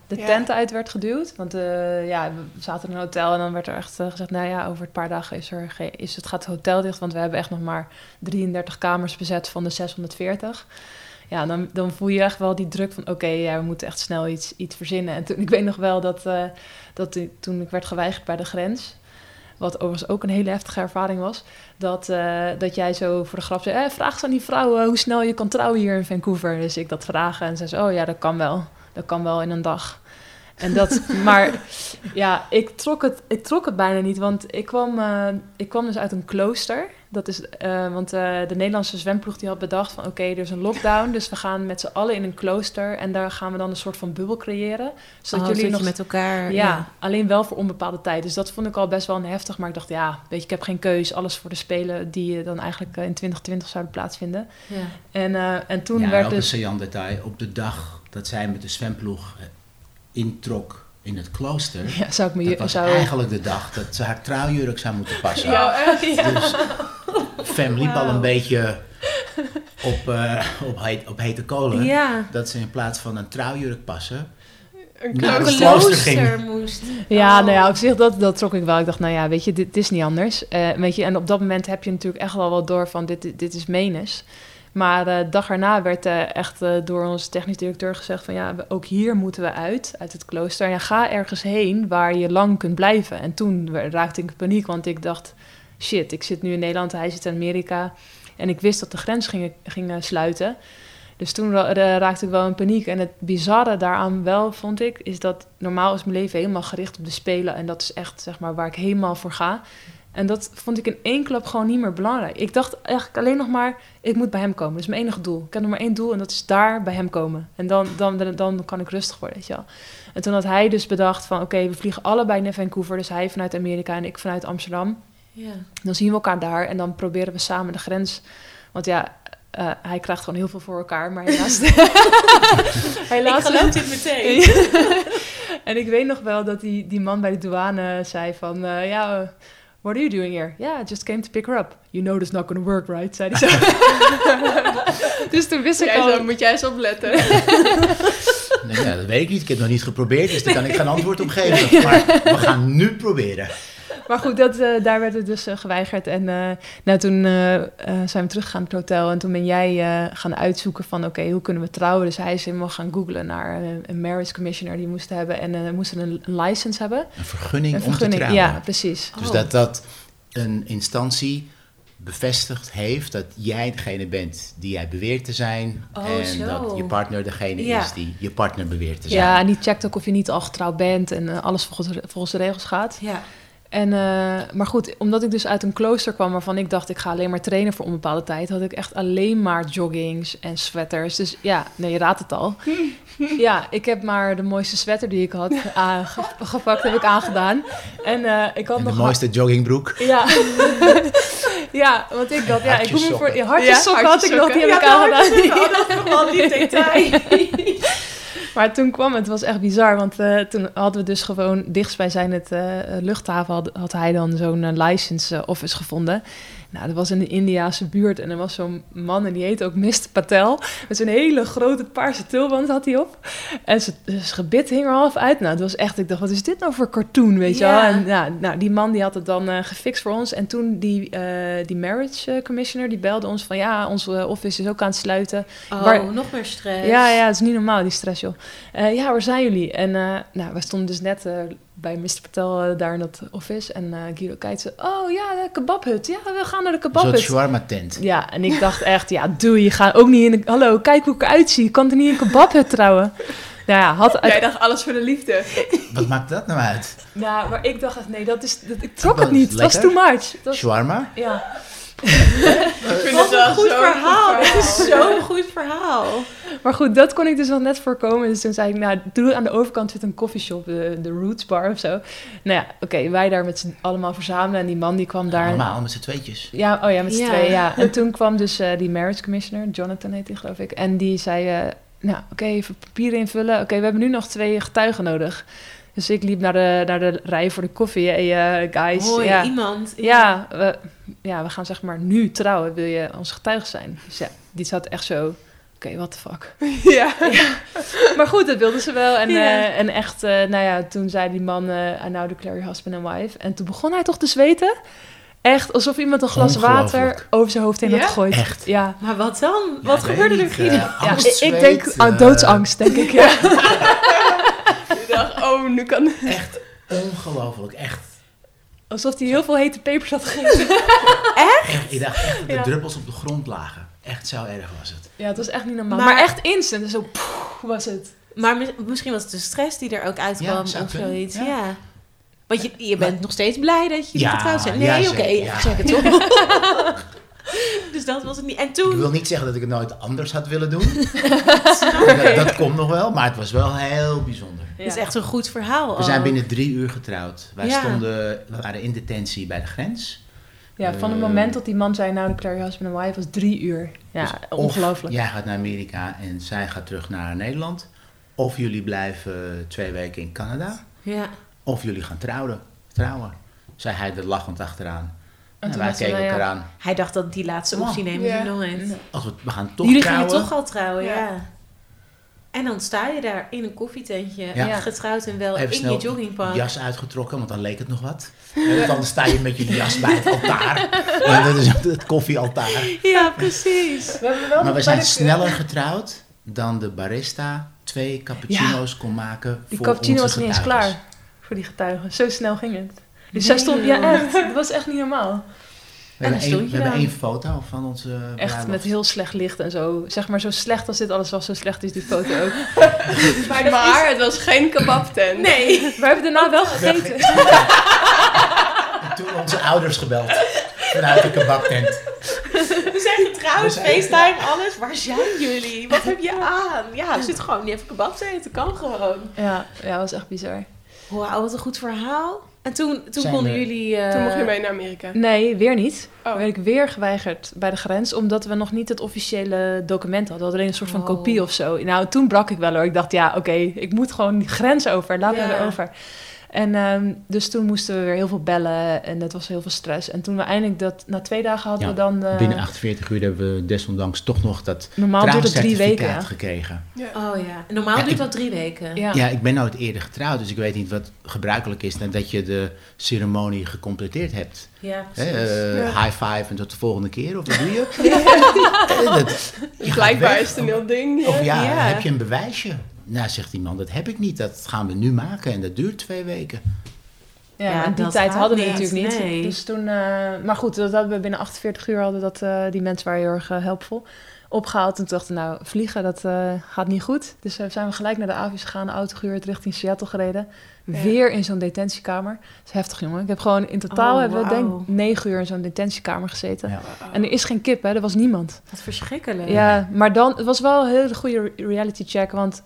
S4: de
S1: Ja.
S4: tent uit werd geduwd. Want eh, ja, we zaten in een hotel en dan werd er echt eh, gezegd... nou ja, over een paar dagen is er geen, is het, gaat het hotel dicht... want we hebben echt nog maar 33 kamers bezet van de 640. Ja, dan, dan voel je echt wel die druk van... oké, ja, we moeten echt snel iets, iets verzinnen. En toen, ik weet nog wel dat, eh, dat die- toen ik werd geweigerd bij de grens... wat overigens ook een hele heftige ervaring was... Dat, eh, dat jij zo voor de grap zei: eh, Vraag eens aan die vrouwen hoe snel je kan trouwen hier in Vancouver. Dus ik dat vragen en zei ze: Oh ja, dat kan wel. Dat kan wel in een dag. En dat, maar ja, ik trok, het, ik trok het bijna niet. Want ik kwam, eh, ik kwam dus uit een klooster. Dat is, eh, want eh, de Nederlandse zwemploeg die had bedacht van... oké, er is een lockdown, dus we gaan met z'n allen in een klooster... en daar gaan we dan een soort van bubbel creëren. Zodat
S2: Oh, zodat
S4: jullie nog
S2: met elkaar...
S4: ja, alleen wel voor onbepaalde tijd. Dus dat vond ik al best wel een heftig. Maar ik dacht, ja, weet je, ik heb geen keus. Alles voor de Spelen die eh, dan eigenlijk eh, in 2020 zouden plaatsvinden.
S2: ja.
S4: En, eh, en toen
S5: ja,
S4: werd
S5: ook
S4: dus...
S5: een saillant detail. Op de dag dat zij met de zwemploeg eh, introk in het klooster...
S4: Ja, zou ik me...
S5: dat was
S4: zou,
S5: eigenlijk de dag dat ze haar trouwjurk zou moeten passen.
S4: ja,
S5: Dus Fem liep al een beetje op, eh, op, heet- op hete kolen.
S2: ja.
S5: Dat ze in plaats van een trouwjurk passen...
S1: Een
S5: naar
S1: klooster.
S5: het klooster ging.
S2: klooster moest.
S4: Ja,
S2: Oh.
S4: nou ja, op zich, dat, dat trok ik wel. Ik dacht, nou ja, weet je, dit, dit is niet anders. Eh, weet je, en op dat moment heb je natuurlijk echt wel wat door van dit, dit, dit is menes. Maar de dag erna werd eh, echt eh, door onze technisch directeur gezegd van... ja, we- ook hier moeten we uit, uit het klooster. Ja, ga ergens heen waar je lang kunt blijven. En toen we- raakte ik in paniek, want ik dacht... shit, ik zit nu in Nederland, hij zit in Amerika. En ik wist dat de grens ging, ging eh, sluiten. Dus toen ra- ra- raakte ik wel in paniek. En het bizarre daaraan wel, vond ik, is dat normaal is mijn leven helemaal gericht op de spelen. En dat is echt, zeg maar, waar ik helemaal voor ga. En dat vond ik in één klap gewoon niet meer belangrijk. Ik dacht eigenlijk alleen nog maar, ik moet bij hem komen. Dat is mijn enige doel. Ik heb nog maar één doel en dat is daar bij hem komen. En dan, dan, dan, dan kan ik rustig worden, weet je wel. En toen had hij dus bedacht van, oké, we vliegen allebei naar Vancouver. Dus hij vanuit Amerika en ik vanuit Amsterdam.
S2: Ja.
S4: Dan zien we elkaar daar en dan proberen we samen de grens. Want ja, eh, hij krijgt gewoon heel veel voor elkaar, maar helaas.
S2: ik
S4: helaas
S2: geloof dit meteen.
S4: en ik weet nog wel dat die, die man bij de douane zei van... eh, ja, eh, what are you doing here? Yeah, I just came to pick her up. You know that's not gonna work, right? Zei hij zo. dus toen wist ik
S1: Jij
S4: al...
S1: zo, moet jij eens opletten.
S5: Nee, ja, dat weet ik niet. Ik heb het nog niet geprobeerd, dus daar kan ik geen antwoord op geven. Maar we gaan nu proberen.
S4: Maar goed, dat, eh, daar werd het dus eh, geweigerd. En eh, nou, toen eh, eh, zijn we teruggegaan naar het hotel. En toen ben jij eh, gaan uitzoeken van... oké, hoe kunnen we trouwen? Dus hij is helemaal gaan googlen naar eh, een marriage commissioner... die moest hebben en eh moesten een, een license hebben.
S5: Een vergunning,
S4: Een vergunning,
S5: om te trouwen.
S4: ja, precies.
S5: Dus
S2: Oh.
S5: dat dat een instantie bevestigd heeft dat jij degene bent die jij beweert te zijn.
S2: Oh,
S5: en
S2: zo.
S5: dat je partner degene
S2: Ja.
S5: is die je partner beweert te zijn.
S4: Ja, en die checkt ook of je niet al getrouwd bent... en eh, alles volgens, volgens de regels gaat.
S2: Ja.
S4: En, eh, maar goed, omdat ik dus uit een klooster kwam waarvan ik dacht ik ga alleen maar trainen voor onbepaalde tijd, had ik echt alleen maar joggings en sweaters. Dus ja, nee, je raadt het al. ja, ik heb maar de mooiste sweater die ik had aan- ge- gepakt, heb ik aangedaan. En eh, ik had
S5: en de
S4: nog
S5: mooiste joggingbroek.
S4: Ja. ja, want ik dacht, ja, ik hoef me voor
S5: Hartjessokken.
S4: die hartjes sokken
S1: Ja,
S4: had ik nog, die heb ik
S1: hartjessokken. Ja,
S4: aangedaan.
S2: Al die detail.
S4: Maar toen kwam het, het was echt bizar, want eh, toen hadden we dus gewoon dichtstbijzijn het eh, luchthaven had, had hij dan zo'n eh, license eh, office gevonden. Nou, dat was in de Indiase buurt en er was zo'n man en die heette ook Mr. Patel. Met zo'n hele grote paarse tulband had hij op. En zijn, zijn gebit hing er half uit. Nou, het was echt, ik dacht, wat is dit nou voor cartoon, weet je
S2: Ja.
S4: wel? En nou, nou, die man die had het dan eh, gefixt voor ons. En toen die, eh, die marriage eh, commissioner, die belde ons van ja, onze eh, office is ook aan het sluiten.
S2: Oh,
S4: Waar-
S2: nog meer stress.
S4: Ja,
S1: Dus-
S4: ja, het is niet normaal, die stress, joh. Eh, ja, waar zijn jullie? En eh, nou, we stonden dus net eh, bij Mr. Patel eh, daar in dat office. En eh, Guido kijkt ze, oh ja, de kebabhut. Ja, we gaan naar de
S5: Zo'n
S4: kebabhut.
S5: shawarma tent.
S4: Ja, en ik dacht echt, ja, doe je gaat ook niet in de... Hallo, kijk hoe ik eruit zie. Je kan er niet in een kebabhut trouwen. Nou ja, had...
S1: Jij dacht alles voor de liefde.
S5: Wat maakt dat nou uit?
S4: Nou, maar ik dacht echt, nee, dat is... Dat, ik trok
S5: Dat
S4: het niet. Het was
S5: lekker.
S4: too much. Dat was-
S5: Shawarma?
S4: ja.
S1: Ik vind
S2: Wat
S1: het wel
S2: een goed
S1: zo'n
S2: verhaal.
S1: goed
S2: Dit is zo'n goed verhaal.
S4: Maar goed, dat kon ik dus nog net voorkomen. Dus toen zei ik, nou, doe aan de overkant zit een koffieshop, de, de Roots Bar of zo. Nou ja, oké, wij daar met z'n allemaal verzamelen. En die man die kwam daar...
S5: Normaal, met z'n tweetjes.
S4: Ja, oh ja, met z'n
S2: Ja.
S4: tweeën, ja. En toen kwam dus eh, die marriage commissioner, Jonathan heet die geloof ik. En die zei, eh, nou oké, even papieren invullen. Oké, we hebben nu nog twee getuigen nodig. Dus ik liep naar de, naar de rij voor de koffie. Hey eh, guys,
S2: Mooi,
S4: ja.
S2: iemand.
S4: Ja, we, ja, we gaan zeg maar nu trouwen. Wil je ons getuige zijn? Dus ja, die zat echt zo... Oké, what the fuck.
S1: Ja.
S4: Maar goed, dat wilden ze wel. En,
S2: Ja.
S4: eh, en echt, eh, nou ja, toen zei die man... eh I now declare your husband and wife. En toen begon hij toch te zweten. Echt alsof iemand een glas water
S5: Ongelooflijk.
S4: over zijn hoofd heen
S1: Ja?
S4: had gegooid.
S5: Echt?
S4: Ja,
S2: Maar wat dan? wat gebeurde er,
S5: eh.
S2: Guido?
S4: ja ik, ik denk aan doodsangst, denk ik. Ja.
S1: Ik dacht, oh, nu kan...
S5: Echt ongelooflijk, echt.
S4: Alsof hij heel veel hete pepers had gegeten.
S5: echt. Ik dacht echt dat de
S4: Ja.
S5: druppels op de grond lagen. Echt zo erg was het.
S4: Ja, het was echt niet normaal.
S2: Maar-
S4: Maar, echt instant. Zo poeh, was het.
S2: Maar mis- misschien was het de stress die er ook
S5: Ja,
S2: uitkwam
S5: zou
S2: of
S5: kunnen,
S2: zoiets.
S5: ja.
S2: Ja. Want je, je bent nog steeds blij dat je
S5: Ja,
S2: getrouwd bent.
S5: ja,
S2: Nee, oké,
S5: zeker, ja.
S2: even checken toch? dus dat was het niet. En
S5: Ik
S2: toen...
S5: wil niet zeggen dat ik het nooit anders had willen doen. dat, dat komt nog wel, maar het was wel heel bijzonder.
S2: Het is echt een goed verhaal.
S5: We zijn
S2: al.
S5: binnen drie uur getrouwd. Wij
S2: Oh. Ja.
S5: stonden, we waren in detentie bij de grens.
S4: Ja, van het
S5: Eh.
S4: moment dat die man zei, nou, declare your husband and wife, was drie uur. Ja,
S5: Dus of
S4: ongelooflijk.
S5: jij gaat naar Amerika en zij gaat terug naar Nederland. Of jullie blijven twee weken in Canada.
S2: Ja.
S5: Of jullie gaan trouwen. trouwen. Zei hij er lachend achteraan. En,
S4: toen
S5: wij
S4: was het,
S5: keken
S4: nou ja.
S5: elkaar aan.
S2: Hij dacht dat die laatste
S5: Man.
S2: optie nemen
S1: Ja.
S2: ze nog eens.
S5: Als we, we gaan toch
S2: Jullie
S5: trouwen.
S2: gingen toch al trouwen, ja.
S1: Ja.
S2: En dan sta je daar in een koffietentje,
S5: Ja.
S2: getrouwd en wel,
S5: Even
S2: in je
S5: snel
S2: joggingpak.
S5: jas uitgetrokken, want dan leek het nog wat. En dan sta je met je jas bij het altaar. Ja, dat is het koffiealtaar.
S2: Ja, precies.
S4: We hebben wel
S5: Maar
S4: nog
S5: we zijn
S4: bij de-
S5: sneller getrouwd dan de barista twee cappuccino's kon maken voor
S4: Die cappuccino was
S5: onze
S4: niet eens
S5: getuigen.
S4: klaar voor die getuigen. Zo snel ging het. Dus
S2: Nee,
S4: zij stond, ja
S2: joh.
S4: echt, dat was echt niet normaal.
S5: We
S2: En dan
S5: hebben, één,
S2: stond
S5: we
S2: je
S5: hebben
S2: daar.
S5: één foto van onze eh,
S4: Echt met heel slecht licht en zo. Zeg maar zo slecht als dit alles was, zo slecht is die foto ook. Dus
S1: Maar, het was geen kebabtent.
S2: Nee.
S4: Maar we hebben
S2: nou
S4: daarna wel gegeten.
S5: Toen onze ouders gebeld vanuit de kebabtent.
S2: We zijn getrouwd,
S5: We zijn
S2: FaceTime, alles. Waar zijn jullie? Wat heb je aan? Ja, zit gewoon niet even kebab te eten. Kan gewoon.
S4: Ja, ja, was echt bizar.
S2: Wauw, wat een goed verhaal. En toen, toen
S5: Zijn
S2: konden
S5: we-
S2: jullie... eh,
S1: Toen mocht je mee naar Amerika.
S4: Nee, weer niet.
S1: Oh.
S4: Toen werd ik weer geweigerd bij de grens, omdat we nog niet het officiële document hadden. We hadden alleen een soort van
S2: Oh.
S4: kopie of zo. Nou, toen brak ik wel hoor. Ik dacht, ja, oké, ik moet gewoon die grens over. Laat
S2: Ja.
S4: me erover. En ehm, dus toen moesten we weer heel veel bellen en dat was heel veel stress. En toen we eindelijk dat, na twee dagen hadden
S5: Ja,
S4: we dan... eh,
S5: Binnen 48 uur hebben we desondanks toch nog dat
S4: normaal duurt het drie weken.
S5: trouwcertificaat
S4: ja.
S5: gekregen.
S2: Oh ja. Normaal
S5: Ja,
S2: duurt
S5: ik-
S2: dat drie weken.
S4: Ja.
S5: Ja, ik ben nooit eerder getrouwd, dus ik weet niet wat gebruikelijk is nadat je de ceremonie gecompleteerd hebt.
S2: Ja,
S5: Hè,
S2: precies.
S5: eh,
S1: Ja.
S5: High five en tot de volgende keer, of wat doe je? Eh, dat- je gaat
S1: Dus Blijkbaar
S5: weg.
S1: is het een heel ding.
S5: Of ja,
S2: Ja.
S5: heb je een bewijsje? Nou, zegt die man, dat heb ik niet. Dat gaan we nu maken en dat duurt twee weken.
S4: Ja,
S2: Ja,
S4: maar die
S2: dat
S4: tijd
S2: gaat
S4: hadden we
S2: niet,
S4: natuurlijk niet.
S2: nee.
S4: Dus toen, eh, maar goed, dat hadden we binnen 48 uur hadden dat, eh, die mensen waren heel erg eh, helpvol opgehaald. En toen dachten we, nou, vliegen, dat eh, gaat niet goed. Dus eh, zijn we gelijk naar de Avis gegaan, auto gehuurd, richting Seattle gereden.
S1: Ja.
S4: Weer in zo'n detentiekamer. Dat is heftig, jongen. Ik heb gewoon in totaal,
S2: Oh,
S4: hebben we denk
S2: wauw.
S4: ik negen uur in zo'n detentiekamer gezeten.
S5: Ja.
S1: Oh.
S4: En er is geen kip, hè. Er was niemand.
S2: Wat verschrikkelijk.
S4: Ja, maar dan, het was wel een hele goede re- reality check. Want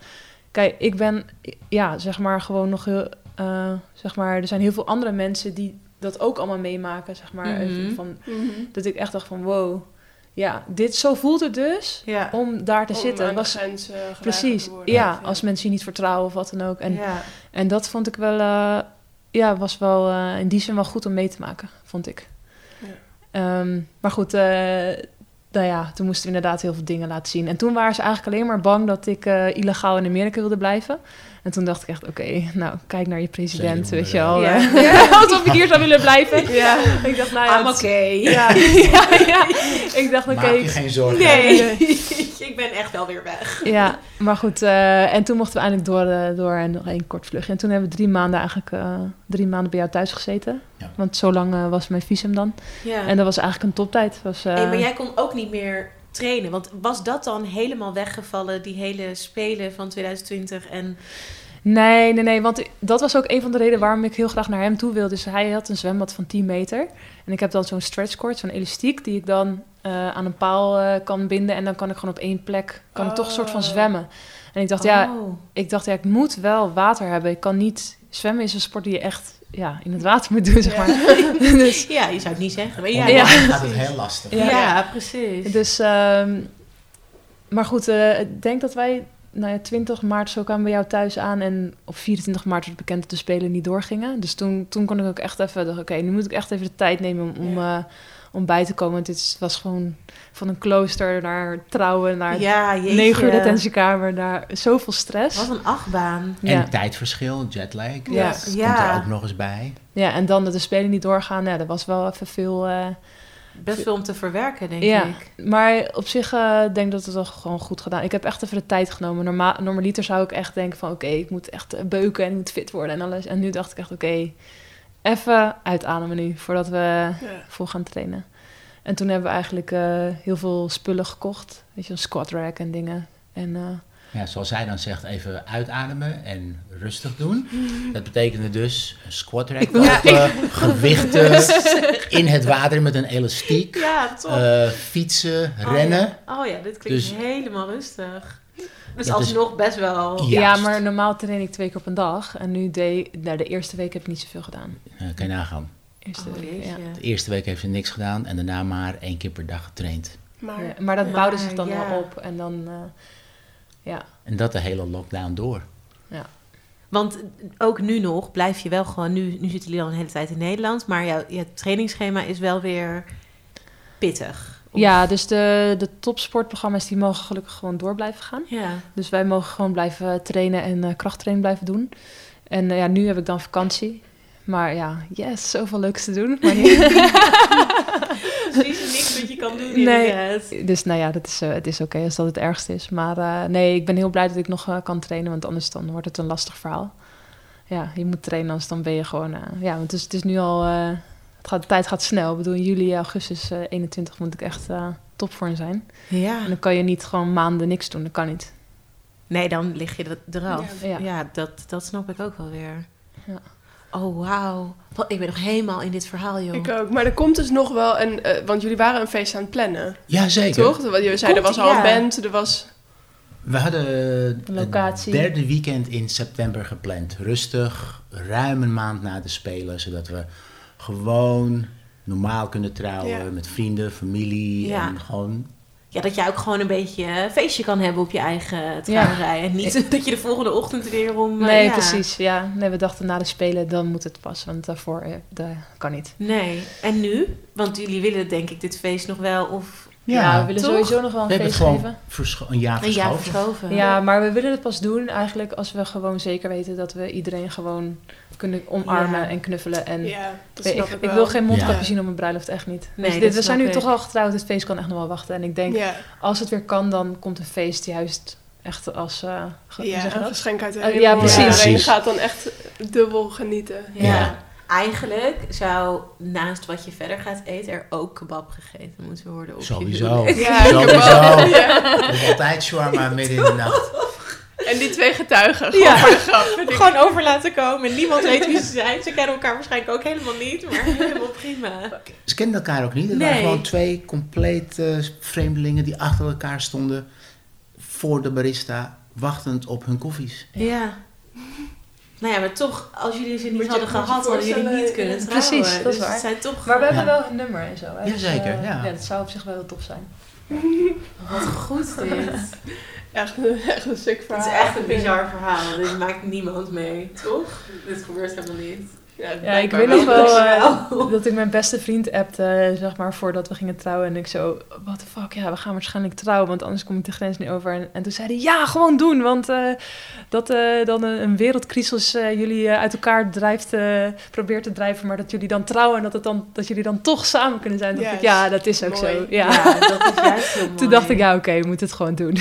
S4: kijk, ik ben, ja, zeg maar, gewoon nog heel, eh, zeg maar, er zijn heel veel andere mensen die dat ook allemaal meemaken, zeg maar.
S2: Mhm.
S4: even van,
S1: Mhm.
S4: dat ik echt dacht van, wow, ja, dit, zo voelt het dus
S2: Ja.
S4: om daar te
S1: Om
S4: zitten.
S1: aan de
S4: was,
S1: grens, eh, geweigerd
S4: precies,
S1: te worden.
S4: ja, als mensen je niet vertrouwen of wat dan ook. En,
S2: ja.
S4: en dat vond ik wel, eh, ja, was wel eh, in die zin wel goed om mee te maken, vond ik.
S1: Ja.
S4: Ehm, maar goed, eh, nou ja, toen moesten we inderdaad heel veel dingen laten zien. En toen waren ze eigenlijk alleen maar bang dat ik eh, illegaal in Amerika wilde blijven. En toen dacht ik echt, oké, nou, kijk naar je president,
S5: Zeker
S4: weet je
S5: onder-
S4: wel.
S2: Ja.
S4: eh. Alsof ik hier zou willen
S2: Ah,
S4: blijven.
S1: Ja.
S4: Ik dacht, nou ja,
S2: I'm
S4: het-
S2: Ah, oké.
S4: ja, ja, ja. Ik dacht, oké,
S5: Maak je
S4: ik-
S5: geen zorgen.
S2: Nee, ik ben echt wel weer weg.
S4: Ja, maar goed. eh, en toen mochten we eindelijk door, eh, door en nog één kort vluchtje. En toen hebben we drie maanden eigenlijk eh, drie maanden bij jou thuis gezeten.
S5: Ja.
S4: Want zo lang eh, was mijn visum dan.
S2: Ja.
S4: En dat was eigenlijk een toptijd. Was, eh,
S2: Hey, maar jij kon ook niet meer trainen. Want was dat dan helemaal weggevallen, die hele spelen van 2020? En
S4: Nee, nee, nee. Want dat was ook een van de redenen waarom ik heel graag naar hem toe wilde. Dus hij had een zwembad van 10 meter. En ik heb dan zo'n stretchcord, zo'n elastiek, die ik dan eh, aan een paal eh, kan binden. En dan kan ik gewoon op één plek, kan ik toch een soort van
S1: Oh.
S4: zwemmen. En ik dacht, ja,
S2: Oh.
S4: ik dacht, ja, ik moet wel water hebben. Ik kan niet... Zwemmen is een sport die je echt ja, in het water moet doen, zeg maar. dus
S2: Ja, je zou het niet zeggen. Maar ja,
S5: Online
S2: ja.
S5: gaat het heel lastig.
S4: Ja.
S2: Ja, precies.
S4: Dus, ehm, maar goed, eh, ik denk dat wij, nou ja, 20 maart zo kwamen we jou thuis aan en op 24 maart werd bekend dat de spelen niet doorgingen. Dus toen, toen kon ik ook echt even, dacht, oké, nu moet ik echt even de tijd nemen om, om, eh, om bij te komen. Want dit is- was gewoon van een klooster naar trouwen, naar
S2: ja, jeetje.
S4: 9 uur detentiekamer, naar zoveel stress.
S2: Wat een achtbaan.
S5: En
S4: Ja.
S5: tijdverschil, jetlag,
S4: Ja.
S5: dat komt
S2: Ja.
S5: er ook nog eens bij.
S4: ja, en dan dat de spelen niet doorgaan, ja, dat was wel even veel... eh,
S2: Best veel om te verwerken, denk
S4: Ja.
S2: ik.
S4: Maar op zich eh, denk ik dat het wel gewoon goed gedaan. Ik heb echt even de tijd genomen. Norma normaliter zou ik echt denken van... oké, ik moet echt eh, beuken en ik moet fit worden en alles. En nu dacht ik echt, oké, even uitademen nu... voordat we
S1: Ja.
S4: vol gaan trainen. En toen hebben we eigenlijk eh, heel veel spullen gekocht. Weet je, een squat rack en dingen. En eh,
S5: Ja, zoals zij dan zegt, even uitademen en rustig doen.
S2: Mm.
S5: Dat betekende dus een squat rack lopen, gewichten, in het water met een elastiek,
S2: Ja, top.
S5: eh, fietsen, rennen.
S2: Oh ja, Oh ja, dit klinkt
S5: Dus-
S2: helemaal rustig. Dus
S5: Ja, dus-
S2: alsnog best wel...
S5: Juist.
S4: ja, maar normaal train ik twee keer op een dag. En nu deed... Nou, de eerste week heb ik niet zoveel gedaan.
S5: Eh, kan je nagaan.
S4: Eerste
S2: Oh,
S4: week, ja.
S2: jeetje.
S5: De eerste week heeft ze niks gedaan en daarna maar één keer per dag getraind.
S1: Maar
S4: Ja, Maar dat
S2: Maar,
S4: bouwde zich dan
S2: ja.
S4: wel op. En dan... eh, ja.
S5: En dat de hele lockdown door.
S2: Want ook nu nog blijf je wel gewoon... Nu, nu zitten jullie al een hele tijd in Nederland... maar jouw, je trainingsschema is wel weer pittig. Of-
S4: Ja, dus de, de topsportprogramma's die mogen gelukkig gewoon door blijven gaan.
S2: Ja.
S4: Dus wij mogen gewoon blijven trainen en eh, krachttraining blijven doen. En eh, ja, nu heb ik dan vakantie. Maar ja, yes, zoveel leuks te doen. Maar nu-
S2: Precies niks wat je kan doen
S4: Nee.
S2: inderdaad.
S4: dus nou ja, dat is, eh, het is oké als dat het ergste is. Maar eh, nee, ik ben heel blij dat ik nog eh, kan trainen, want anders dan wordt het een lastig verhaal. Ja, je moet trainen, anders dan ben je gewoon... eh, ja, want het is, het is nu al... eh, het gaat, de tijd gaat snel. Ik bedoel, in juli, augustus eh, 21 moet ik echt eh topvorm zijn.
S2: Ja.
S4: En dan kan je niet gewoon maanden niks doen. Dat kan niet.
S2: Nee, dan lig je er- eraf. Ja,
S4: Ja.
S2: dat, dat snap ik ook wel weer.
S4: Ja.
S2: Oh, wauw. Wat- Ik ben nog helemaal in dit verhaal, joh.
S1: Ik ook. Maar er komt dus nog wel een... eh, want jullie waren een feest aan het plannen,
S5: Jazeker.
S1: toch? Want Je zei, er was
S2: Komt-
S1: al een
S2: ja.
S1: band, er was...
S5: We hadden
S4: De
S5: het
S4: locatie.
S5: derde weekend in september gepland. Rustig, ruim een maand na de Spelen, zodat we gewoon normaal kunnen trouwen
S1: Ja.
S5: met vrienden, familie
S2: Ja.
S5: en gewoon...
S2: Ja, dat jij ook gewoon een beetje een feestje kan hebben op je eigen trouwerij. En niet dat je de volgende ochtend weer om... eh,
S4: Nee,
S2: ja.
S4: precies. Ja. Nee, we dachten na de Spelen, dan moet het pas. Want daarvoor eh, dat kan niet.
S2: Nee. En nu? Want jullie willen denk ik dit feest nog wel of
S4: Ja, we willen
S2: toch?
S4: sowieso nog wel een
S5: we hebben
S4: feest
S5: het gewoon
S4: geven.
S5: verscho- een jaar
S2: een
S5: verschoven.
S2: jaar verschoven.
S4: Ja, maar we willen het pas doen eigenlijk als we gewoon zeker weten dat we iedereen gewoon kunnen omarmen
S2: Ja.
S4: en knuffelen. En
S1: Ja, dat
S4: weet-
S1: snap
S4: ik,
S1: ik,
S4: ik,
S1: wel.
S4: wil geen mondkapje
S5: Ja.
S4: zien op mijn bruiloft, echt niet.
S2: Nee, dat
S4: Dus dit, we zijn
S2: snap
S4: nu
S2: ik.
S4: toch al getrouwd, het feest kan echt nog wel wachten. En ik denk,
S1: Ja,
S4: als het weer kan, dan komt een feest juist echt als... eh ge- hoe
S1: ja,
S4: zeg je
S1: een
S4: dat?
S1: geschenk uit de
S4: Eh,
S1: hemel.
S4: ja, precies.
S1: Iedereen
S5: Precies.
S1: gaat dan echt dubbel genieten.
S2: Ja.
S5: Ja.
S2: Eigenlijk zou naast wat je verder gaat eten er ook kebab gegeten moeten worden. Op je
S5: Sowieso.
S2: huwelijk.
S1: Ja,
S5: Sowieso.
S1: ik wel. Ja.
S5: We hebben Altijd shawarma midden in de nacht.
S1: En die twee getuigen, gewoon
S2: Ja.
S1: voor de grap. vind ik.
S2: Gewoon over laten komen. Niemand weet wie ze zijn. Ze kennen elkaar waarschijnlijk ook helemaal niet. Maar helemaal prima.
S5: Ze kenden elkaar ook niet. Het
S2: Nee.
S5: waren gewoon twee compleet eh, vreemdelingen die achter elkaar stonden voor de barista, wachtend op hun koffies.
S2: Ja. Nou ja, maar toch, als jullie ze niet
S1: Moet je-
S2: hadden
S1: moet je
S2: gehad, hadden jullie
S1: voorstellen,
S2: niet kunnen
S1: ja.
S2: trouwen.
S4: Precies, dat
S2: Dus
S4: is waar.
S2: het zijn toch...
S4: Maar we
S5: Ja.
S4: hebben wel een nummer en zo. Hè? Dus,
S5: Jazeker,
S4: eh,
S5: ja.
S4: Dat zou op zich wel heel tof zijn.
S2: Wat goed dit.
S1: Echt, een- echt een sick
S2: Het
S1: verhaal.
S2: is echt een bizar verhaal. Dit maakt niemand mee, toch? Dit gebeurt helemaal niet.
S1: Ja,
S4: Ja, ik
S1: blijkbaar
S4: weet nog wel
S2: Dankjewel.
S4: eh, dat ik mijn beste vriend appte, zeg maar, voordat we gingen trouwen. En ik zo, what the fuck, ja, we gaan waarschijnlijk trouwen, want anders kom ik de grens niet over. En, en toen zei hij, ja, gewoon doen, want eh, dat eh, dan een, een wereldcrisis eh, jullie eh, uit elkaar drijft, eh, probeert te drijven, maar dat jullie dan trouwen en dat, het dan, dat jullie dan toch samen kunnen zijn. Dacht ik,
S1: Juist.
S4: ja, dat is ook
S1: Mooi.
S4: zo. Ja.
S2: Ja, dat is juist heel mooi.
S4: Toen dacht ik, ja, oké, we moeten het gewoon doen.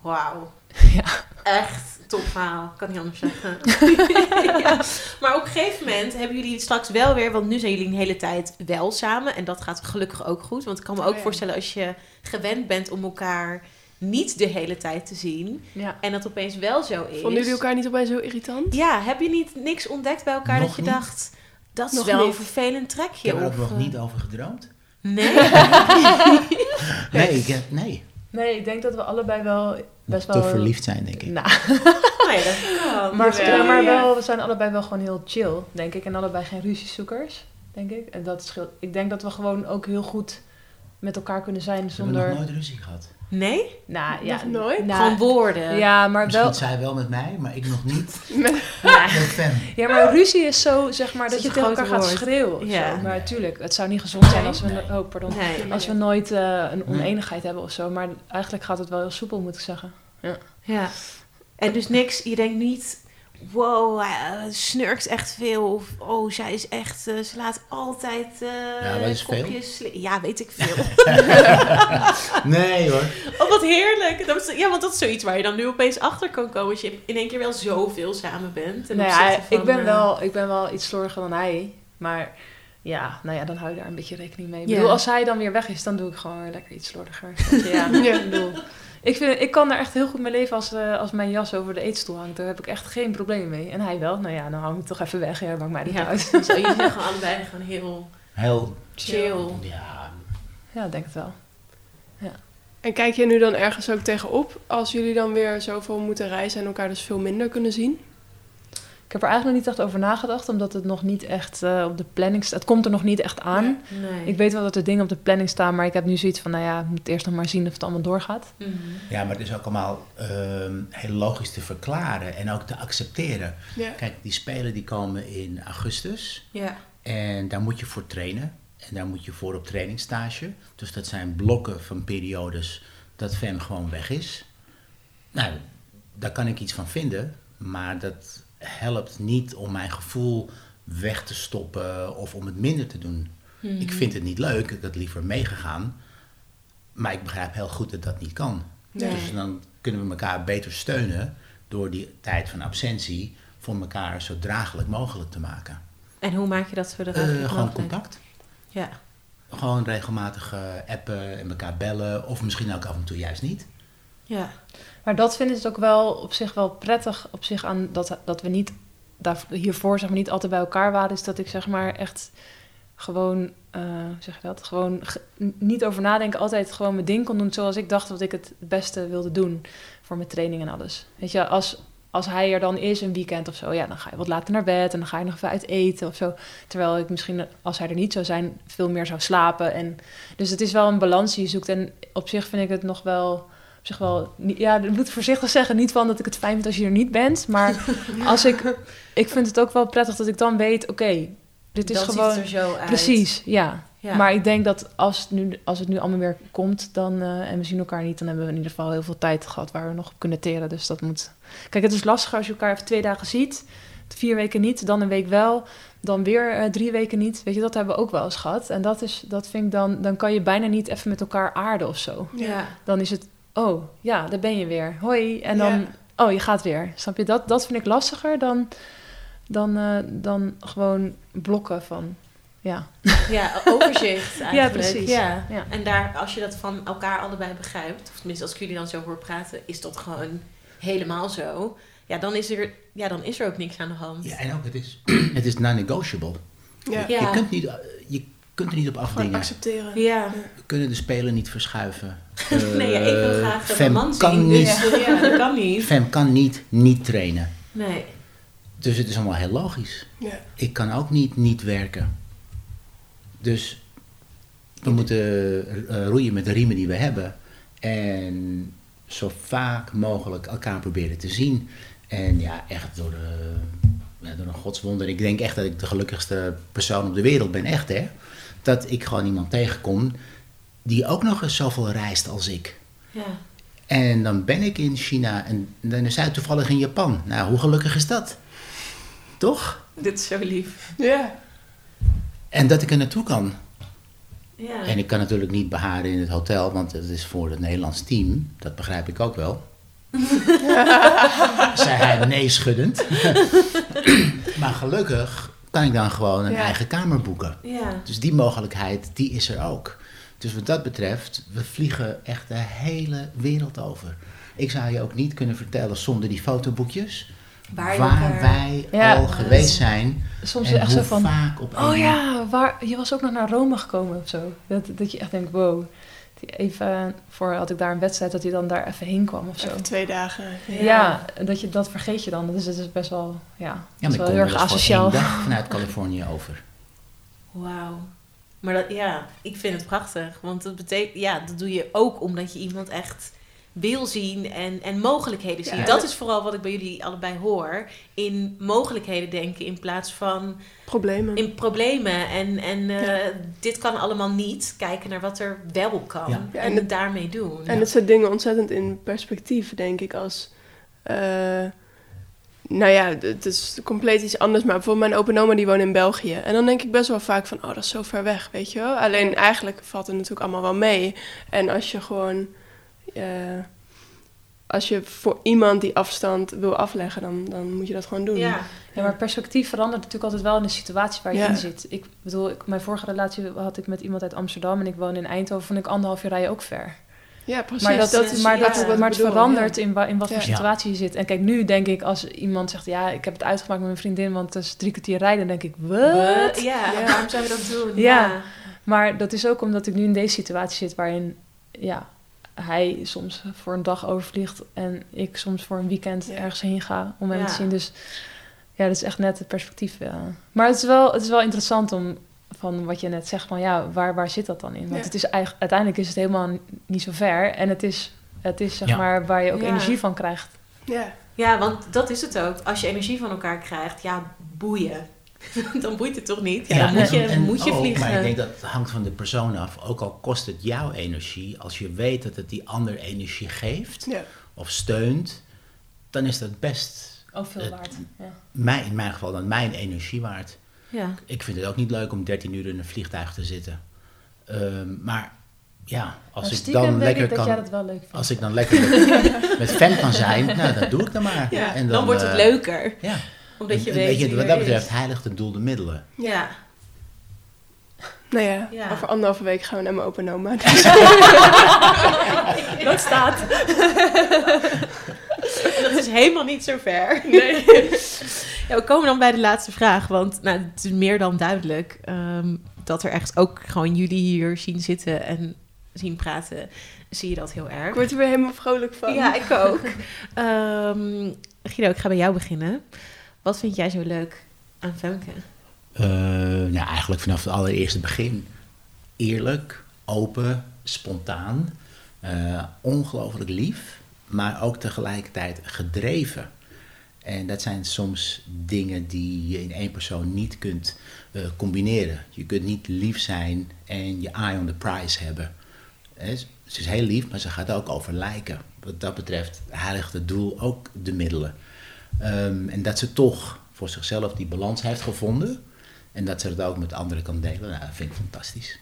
S2: Wauw.
S4: Ja.
S2: Echt top verhaal. Kan niet anders zeggen. ja. Maar op een gegeven moment hebben jullie straks wel weer... Want nu zijn jullie een hele tijd wel samen. En dat gaat gelukkig ook goed. Want ik kan me ook
S1: Oh ja.
S2: voorstellen als je gewend bent om elkaar niet de hele tijd te zien.
S4: Ja.
S2: En dat opeens wel zo is.
S1: Vonden jullie elkaar niet opeens heel irritant?
S2: Ja, heb je niet niks ontdekt bij elkaar
S5: Nog
S2: dat je
S5: niet.
S2: dacht... Dat is
S1: Nog
S2: wel een
S1: niet.
S2: vervelend trekje.
S5: Ik heb er ook
S2: of,
S5: nog
S2: eh,
S5: niet over gedroomd.
S2: Nee?
S5: Nee, ik, heb- nee.
S4: Nee, ik denk dat we allebei wel best wel...
S5: te verliefd zijn, denk ik.
S4: Nou,
S2: Oh ja, dat kan.
S4: maar,
S1: Jawel.
S4: ja, maar wel, we zijn allebei wel gewoon heel chill, denk ik. En allebei geen ruziezoekers, denk ik. En dat scheelt. Ik denk dat we gewoon ook heel goed met elkaar kunnen zijn
S5: Ze hebben
S4: zonder...
S5: nog nooit ruzie gehad.
S2: Nee?
S4: Nou, ja,
S1: Nog nooit?
S4: nou,
S2: Gewoon woorden.
S4: ja, maar
S5: Misschien
S4: wel...
S5: zij wel met mij, maar ik nog niet.
S2: Ja.
S5: Met Fem.
S4: Ja, maar ruzie is zo, zeg maar,
S2: Is
S4: dat je
S2: het
S4: tegen elkaar
S2: grote
S4: gaat
S2: woord.
S4: schreeuwen. of
S2: Ja.
S4: zo. Maar tuurlijk, het zou niet gezond zijn als we...
S5: Nee.
S4: Oh, pardon.
S2: Nee.
S4: Als we nooit eh, een oneenigheid hebben of zo. Maar eigenlijk gaat het wel heel soepel, moet ik zeggen.
S2: Ja. En dus niks, je denkt niet, wow, hij eh, snurkt echt veel. Of, oh, zij is echt, eh, ze laat altijd eh
S5: Ja, wat is veel?
S2: kopjes sli- Ja, weet ik veel.
S5: Nee hoor.
S2: oh, wat heerlijk. Dat is- ja, want dat is zoiets waar je dan nu opeens achter kan komen. Als je in één keer wel zoveel samen bent. ten
S4: Nou ja,
S2: opzichte van,
S4: ik, ben
S2: eh,
S4: wel, ik ben wel iets slordiger dan hij. Maar ja, nou ja, dan hou je daar een beetje rekening mee. Ik
S2: Ja.
S4: bedoel, als hij dan weer weg is, dan doe ik gewoon weer lekker iets slordiger. Snap je? Ja,
S1: Ja.
S4: ik bedoel... Ik, vind, ik kan daar echt heel goed mee leven als, eh, als mijn jas over de eetstoel hangt. Daar heb ik echt geen probleem mee. En hij wel. Nou ja, dan hang ik het toch even weg. Ja, maakt mij niet
S2: Ja,
S4: uit.
S2: precies. Oh, jullie zijn gewoon allebei gewoon heel
S5: Heel,
S2: chill.
S5: ja,
S4: Ja, ik denk het wel.
S1: En kijk je nu dan ergens ook tegenop als jullie dan weer zoveel moeten reizen en elkaar dus veel minder kunnen zien?
S4: Ik heb er eigenlijk nog niet echt over nagedacht, omdat het nog niet echt eh, op de planning staat. Het komt er nog niet echt aan.
S2: Nee.
S4: Ik weet wel dat er dingen op de planning staan, maar ik heb nu zoiets van, nou ja, ik moet eerst nog maar zien of het allemaal doorgaat.
S2: Mhm.
S5: Ja, maar het is ook allemaal ehm, heel logisch te verklaren en ook te accepteren.
S1: Ja.
S5: Kijk, die spelen die komen in augustus
S2: Ja.
S5: en daar moet je voor trainen. En daar moet je voor op trainingstage. Dus dat zijn blokken van periodes dat Fem gewoon weg is. Nou, daar kan ik iets van vinden, maar dat helpt niet om mijn gevoel weg te stoppen of om het minder te doen. Ik vind het niet leuk, ik had liever meegegaan, maar ik begrijp heel goed dat dat niet kan.
S2: Nee.
S5: Dus dan kunnen we elkaar beter steunen door die tijd van absentie voor elkaar zo draaglijk mogelijk te maken.
S2: En hoe maak je dat voor de
S5: Eh,
S2: radio
S5: gewoon
S2: mogelijk?
S5: contact.
S2: Ja.
S5: Gewoon regelmatig eh, appen en elkaar bellen. Of misschien ook af en toe juist niet.
S2: Ja.
S4: Maar dat vinden ze het ook wel op zich wel prettig, op zich aan dat, dat we niet daar, hiervoor zeg maar, niet altijd bij elkaar waren, is dat ik zeg maar echt gewoon, eh, hoe zeg je dat, gewoon ge- n- niet over nadenken, altijd gewoon mijn ding kon doen zoals ik dacht dat ik het beste wilde doen voor mijn training en alles. Weet je, als, als hij er dan is een weekend of zo, ja, dan ga je wat later naar bed en dan ga je nog even uit eten of zo. Terwijl ik misschien, als hij er niet zou zijn, veel meer zou slapen. En, dus het is wel een balans die je zoekt en op zich vind ik het nog wel op zich wel, niet- ja, ik moet voorzichtig zeggen, niet van dat ik het fijn vind als je er niet bent, maar als ik, ik vind het ook wel prettig dat ik dan weet, oké, dit is
S2: Dan ziet
S4: gewoon,
S2: het er zo uit.
S4: precies, ja.
S2: Ja.
S4: Maar ik denk dat als het nu, als het nu allemaal weer komt dan, eh, en we zien elkaar niet, dan hebben we in ieder geval heel veel tijd gehad waar we nog op kunnen teren. Dus dat moet. Kijk, het is lastiger als je elkaar even twee dagen ziet, vier weken niet, dan een week wel, dan weer eh, drie weken niet. Weet je, dat hebben we ook wel eens gehad. En dat is, dat vind ik dan, dan kan je bijna niet even met elkaar aarden of zo
S2: Ja.
S4: dan is het, oh ja, daar ben je weer. Hoi. En dan,
S1: Ja.
S4: oh, je gaat weer. Snap je? Dat, dat vind ik lastiger dan, dan, eh, dan gewoon blokken van, ja.
S2: Ja, overzicht eigenlijk.
S4: precies.
S2: Ja.
S4: Ja.
S2: En daar, als je dat van elkaar allebei begrijpt, of tenminste als ik jullie dan zo hoor praten, is dat gewoon helemaal zo. Ja, dan is er, ja, dan is er ook niks aan de hand.
S5: Ja, en ook het is, het is non-negotiable.
S1: Ja.
S2: Ja.
S5: Je, kunt niet, eh, je kunt er niet op
S1: Gewoon
S5: afdingen.
S1: accepteren.
S2: Ja.
S5: We kunnen de speler niet verschuiven.
S2: Nee, ja, ik wil
S5: Eh,
S2: graag dat
S5: Fem
S2: mijn man
S5: kan
S2: zien.
S5: niet,
S2: Dus, ja, dat kan niet.
S5: Fem kan niet niet trainen.
S2: Nee.
S5: Dus het is allemaal heel logisch.
S1: Ja.
S5: Ik kan ook niet niet werken. Dus we moeten eh, roeien met de riemen die we hebben. En zo vaak mogelijk elkaar proberen te zien. En ja, echt door, de, ja, door een godswonder. Ik denk echt dat ik de gelukkigste persoon op de wereld ben. Echt hè. Dat ik gewoon iemand tegenkom die ook nog eens zoveel reist als ik.
S2: Ja.
S5: En dan ben ik in China en dan is hij toevallig in Japan. Nou, hoe gelukkig is dat? Toch?
S2: Dit is zo lief.
S1: Ja.
S5: En dat ik er naartoe kan.
S2: Ja.
S5: En ik kan natuurlijk niet beharen in het hotel, want dat is voor het Nederlands team. Dat begrijp ik ook wel. Zei hij nee schuddend. maar gelukkig kan ik dan gewoon een
S1: Ja.
S5: eigen kamer boeken.
S2: ja.
S5: Dus die mogelijkheid, die is er ook. Dus wat dat betreft, we vliegen echt de hele wereld over. Ik zou je ook niet kunnen vertellen zonder die fotoboekjes...
S2: Waar eh,
S5: waar,
S2: je elkaar-
S5: wij
S4: Ja.
S5: al geweest zijn
S4: soms is
S5: en
S4: het echt zo
S5: hoe
S4: van...
S5: vaak op
S4: Oh
S5: één-
S4: ja, waar, je was ook nog naar Rome gekomen of zo. Dat, dat je echt denkt, wow. Die Even voor had ik daar een wedstrijd dat hij dan daar even heen kwam of zo.
S1: Even twee dagen.
S4: Ja, dat, je, dat vergeet je dan. Dus het is best wel, ja,
S5: Ja,
S4: het
S5: maar
S4: is
S5: ik
S4: wel
S5: kom
S4: heel erg
S5: wel eens voor één
S4: asociaal.
S5: dag vanuit Californië over.
S2: Wauw. Maar dat, ja, ik vind het prachtig. Want dat betekent, ja, dat doe je ook omdat je iemand echt wil zien en, en mogelijkheden ziet.
S1: Ja.
S2: Dat is vooral wat ik bij jullie allebei hoor. In mogelijkheden denken in plaats van
S1: Problemen.
S2: in problemen. En, en eh,
S1: Ja.
S2: dit kan allemaal niet. Kijken naar wat er wel kan.
S5: Ja.
S2: En,
S1: Ja, en het-
S2: het daarmee doen.
S1: En het zet dingen ontzettend in perspectief, denk ik, als... eh, nou ja, d- het is compleet iets anders, maar bijvoorbeeld mijn open oma die woont in België. En dan denk ik best wel vaak van, oh, dat is zo ver weg, weet je wel. Alleen eigenlijk valt het natuurlijk allemaal wel mee. En als je gewoon... eh, als je voor iemand die afstand wil afleggen, dan, dan moet je dat gewoon doen.
S2: ja.
S4: Ja, maar perspectief verandert natuurlijk altijd wel in de situatie waar je
S1: Ja.
S4: in zit. Ik bedoel, ik, mijn vorige relatie had ik met iemand uit Amsterdam en ik woon in Eindhoven. Vond ik anderhalf uur rijden ook ver.
S1: Ja, precies.
S4: Maar, dat,
S2: is-
S4: maar,
S2: ja,
S1: eigenlijk
S4: dat,
S1: wat ik
S4: maar het
S1: bedoel,
S4: verandert
S1: ja.
S4: in, wa- in wat voor
S1: Ja.
S4: situatie je zit. En kijk, nu denk ik als iemand zegt... ja, ik heb het uitgemaakt met mijn vriendin... want het is drie kwartier rijden, dan denk ik... wat?
S2: Ja,
S1: Ja.
S2: waarom zou je dat doen?
S4: Ja. Maar dat is ook omdat ik nu in deze situatie zit... waarin ja, hij soms voor een dag overvliegt... en ik soms voor een weekend
S1: Ja.
S4: ergens heen ga om hem
S2: Ja.
S4: te zien. Dus ja, dat is echt net het perspectief. ja. Maar het is, wel, het is wel interessant om van wat je net zegt... van ja, waar, waar zit dat dan in? Want
S1: Ja.
S4: het is eigenlijk, uiteindelijk is het helemaal n- niet zo ver... en het is, het is zeg
S5: Ja.
S4: maar waar je ook
S2: Ja.
S4: energie van krijgt.
S1: Ja,
S2: Ja, want dat is het ook. Als je energie van elkaar krijgt, ja, boeien. dan boeit het toch niet? Ja, dan moet je,
S5: en- en
S2: moet je
S5: ook,
S2: vliegen.
S5: Maar ik denk dat hangt van de persoon af. Ook al kost het jouw energie, als je weet dat het die ander energie geeft
S1: ja.
S5: of steunt, dan is dat best,
S4: Ook veel
S5: Het-
S4: waard. Ja.
S5: mijn, in mijn geval, dan mijn energie waard.
S2: ja.
S5: Ik vind het ook niet leuk om 13 uur in een vliegtuig te zitten. Ehm, maar ja, als
S2: Nou,
S4: Maar
S5: ik
S4: stiekem
S5: dan
S4: denk
S5: lekker
S4: ik dat
S5: kan.
S4: jij dat wel leuk vindt.
S5: Als ik dan lekker met, met fan kan zijn, nou, dat doe ik dan maar.
S2: Ja,
S5: En
S2: dan, wordt het
S5: eh,
S2: leuker.
S5: Ja,
S2: Omdat je
S5: En- en
S2: weet, wie
S5: wat
S2: er
S5: dat betreft
S2: is.
S5: heiligt het doel de middelen.
S2: Ja.
S1: Nou ja,
S2: Ja.
S1: over anderhalve week gaan we naar mijn open oma. Dus
S2: dat staat. En dat is helemaal niet zo ver. Ja, we komen dan bij de laatste vraag. Want nou, het is meer dan duidelijk ehm, dat er echt ook gewoon jullie hier zien zitten en zien praten. Zie je dat heel erg?
S1: Ik word er weer helemaal vrolijk van.
S2: Ja, ik ook. Ehm, Guido, ik ga bij jou beginnen. Wat vind jij zo leuk aan Femke?
S5: Eh, nou, eigenlijk vanaf het allereerste begin. Eerlijk, open, spontaan, eh, ongelooflijk lief, maar ook tegelijkertijd gedreven. En dat zijn soms dingen die je in één persoon niet kunt eh, combineren. Je kunt niet lief zijn en je eye on the prize hebben. Hè, ze- ze is heel lief, maar ze gaat ook over lijken. Wat dat betreft heiligt het doel ook de middelen. Ehm, en dat ze toch voor zichzelf die balans heeft gevonden. En dat ze dat ook met anderen kan delen. Nou, dat vind ik fantastisch.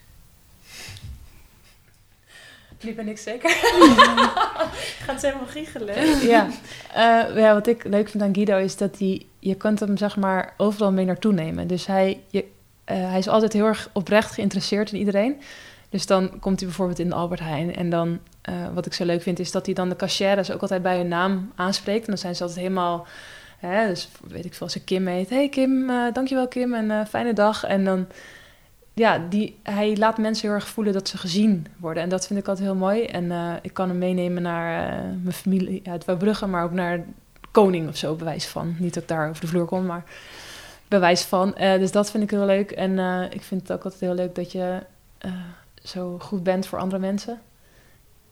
S4: Liep ben ik zeker.
S2: Gaat helemaal giechelen.
S4: ja. Eh, ja, wat ik leuk vind aan Guido is dat hij... Je kunt hem zeg maar overal mee naartoe nemen. Dus hij, je, eh, hij is altijd heel erg oprecht geïnteresseerd in iedereen. Dus dan komt hij bijvoorbeeld in de Albert Heijn. En dan, eh, wat ik zo leuk vind, is dat hij dan de cashieres ook altijd bij hun naam aanspreekt. En dan zijn ze altijd helemaal... Hè, dus weet ik veel, als ze Kim heet. hey Kim, eh, dankjewel Kim en eh, fijne dag. En dan... ja, die, hij laat mensen heel erg voelen dat ze gezien worden. En dat vind ik altijd heel mooi. En eh, ik kan hem meenemen naar eh, mijn familie uit Wouwbrugge, maar ook naar Koning of zo, bewijs van. Niet dat ik daar over de vloer kom, maar bewijs van. Eh, dus dat vind ik heel leuk. En eh, ik vind het ook altijd heel leuk dat je eh, zo goed bent voor andere mensen.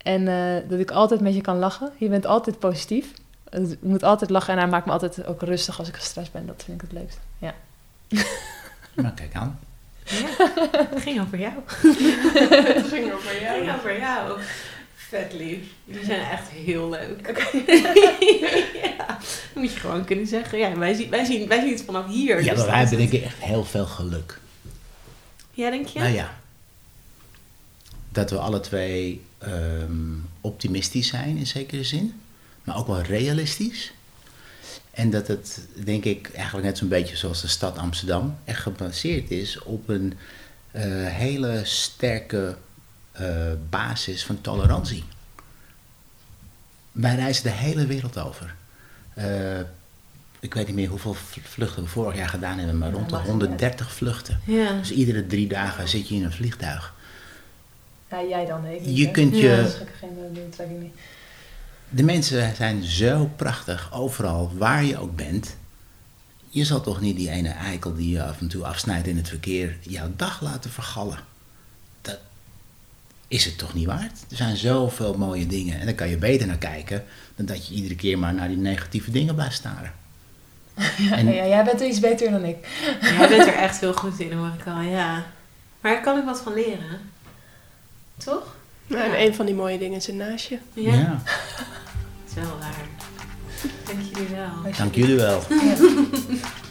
S4: En eh, dat ik altijd met je kan lachen. Je bent altijd positief. Dus Ik moet altijd lachen en hij maakt me altijd ook rustig als ik gestrest ben. Dat vind ik het leukst. Ja.
S5: Nou, kijk aan.
S2: Ja, het ging over jou.
S1: Het ging over
S2: Het
S1: jou.
S2: ging over jou. Vet lief. Jullie zijn echt heel leuk. ja, dat moet je gewoon kunnen zeggen. Ja, wij, zien, wij, zien, wij zien het vanaf hier.
S5: Ja,
S2: dus
S5: maar
S2: dat
S5: wij
S2: is
S5: hebben
S2: het.
S5: denk ik echt heel veel geluk.
S2: Ja, denk je?
S5: Nou ja, dat we alle twee ehm, optimistisch zijn in zekere zin. Maar ook wel realistisch. En dat het, denk ik, eigenlijk net zo'n beetje zoals de stad Amsterdam... echt gebaseerd is op een eh, hele sterke eh, basis van tolerantie. Wij reizen de hele wereld over. Eh, ik weet niet meer hoeveel v- vluchten we vorig jaar gedaan hebben, maar rond de 130 vluchten.
S2: Ja.
S5: Dus iedere drie dagen zit je in een vliegtuig.
S4: Ja, jij dan, ik
S5: Je kunt
S2: Ja.
S5: je,
S4: is gelukkig geen eh, doeltrekking meer.
S5: De mensen zijn zo prachtig, overal waar je ook bent. Je zal toch niet die ene eikel die je af en toe afsnijdt in het verkeer jouw dag laten vergallen. Dat is het toch niet waard? Er zijn zoveel mooie dingen en daar kan je beter naar kijken dan dat je iedere keer maar naar die negatieve dingen blijft staren. En-
S4: Ja, ja, jij bent er iets beter dan ik.
S2: Jij bent er echt heel goed in, hoor ik al, ja. Maar daar kan ik wat van leren. Toch?
S1: Nou, en een van die mooie dingen is een naastje.
S2: Ja.
S5: ja.
S2: Dat is wel waar. Dank jullie wel.
S5: Dank jullie wel.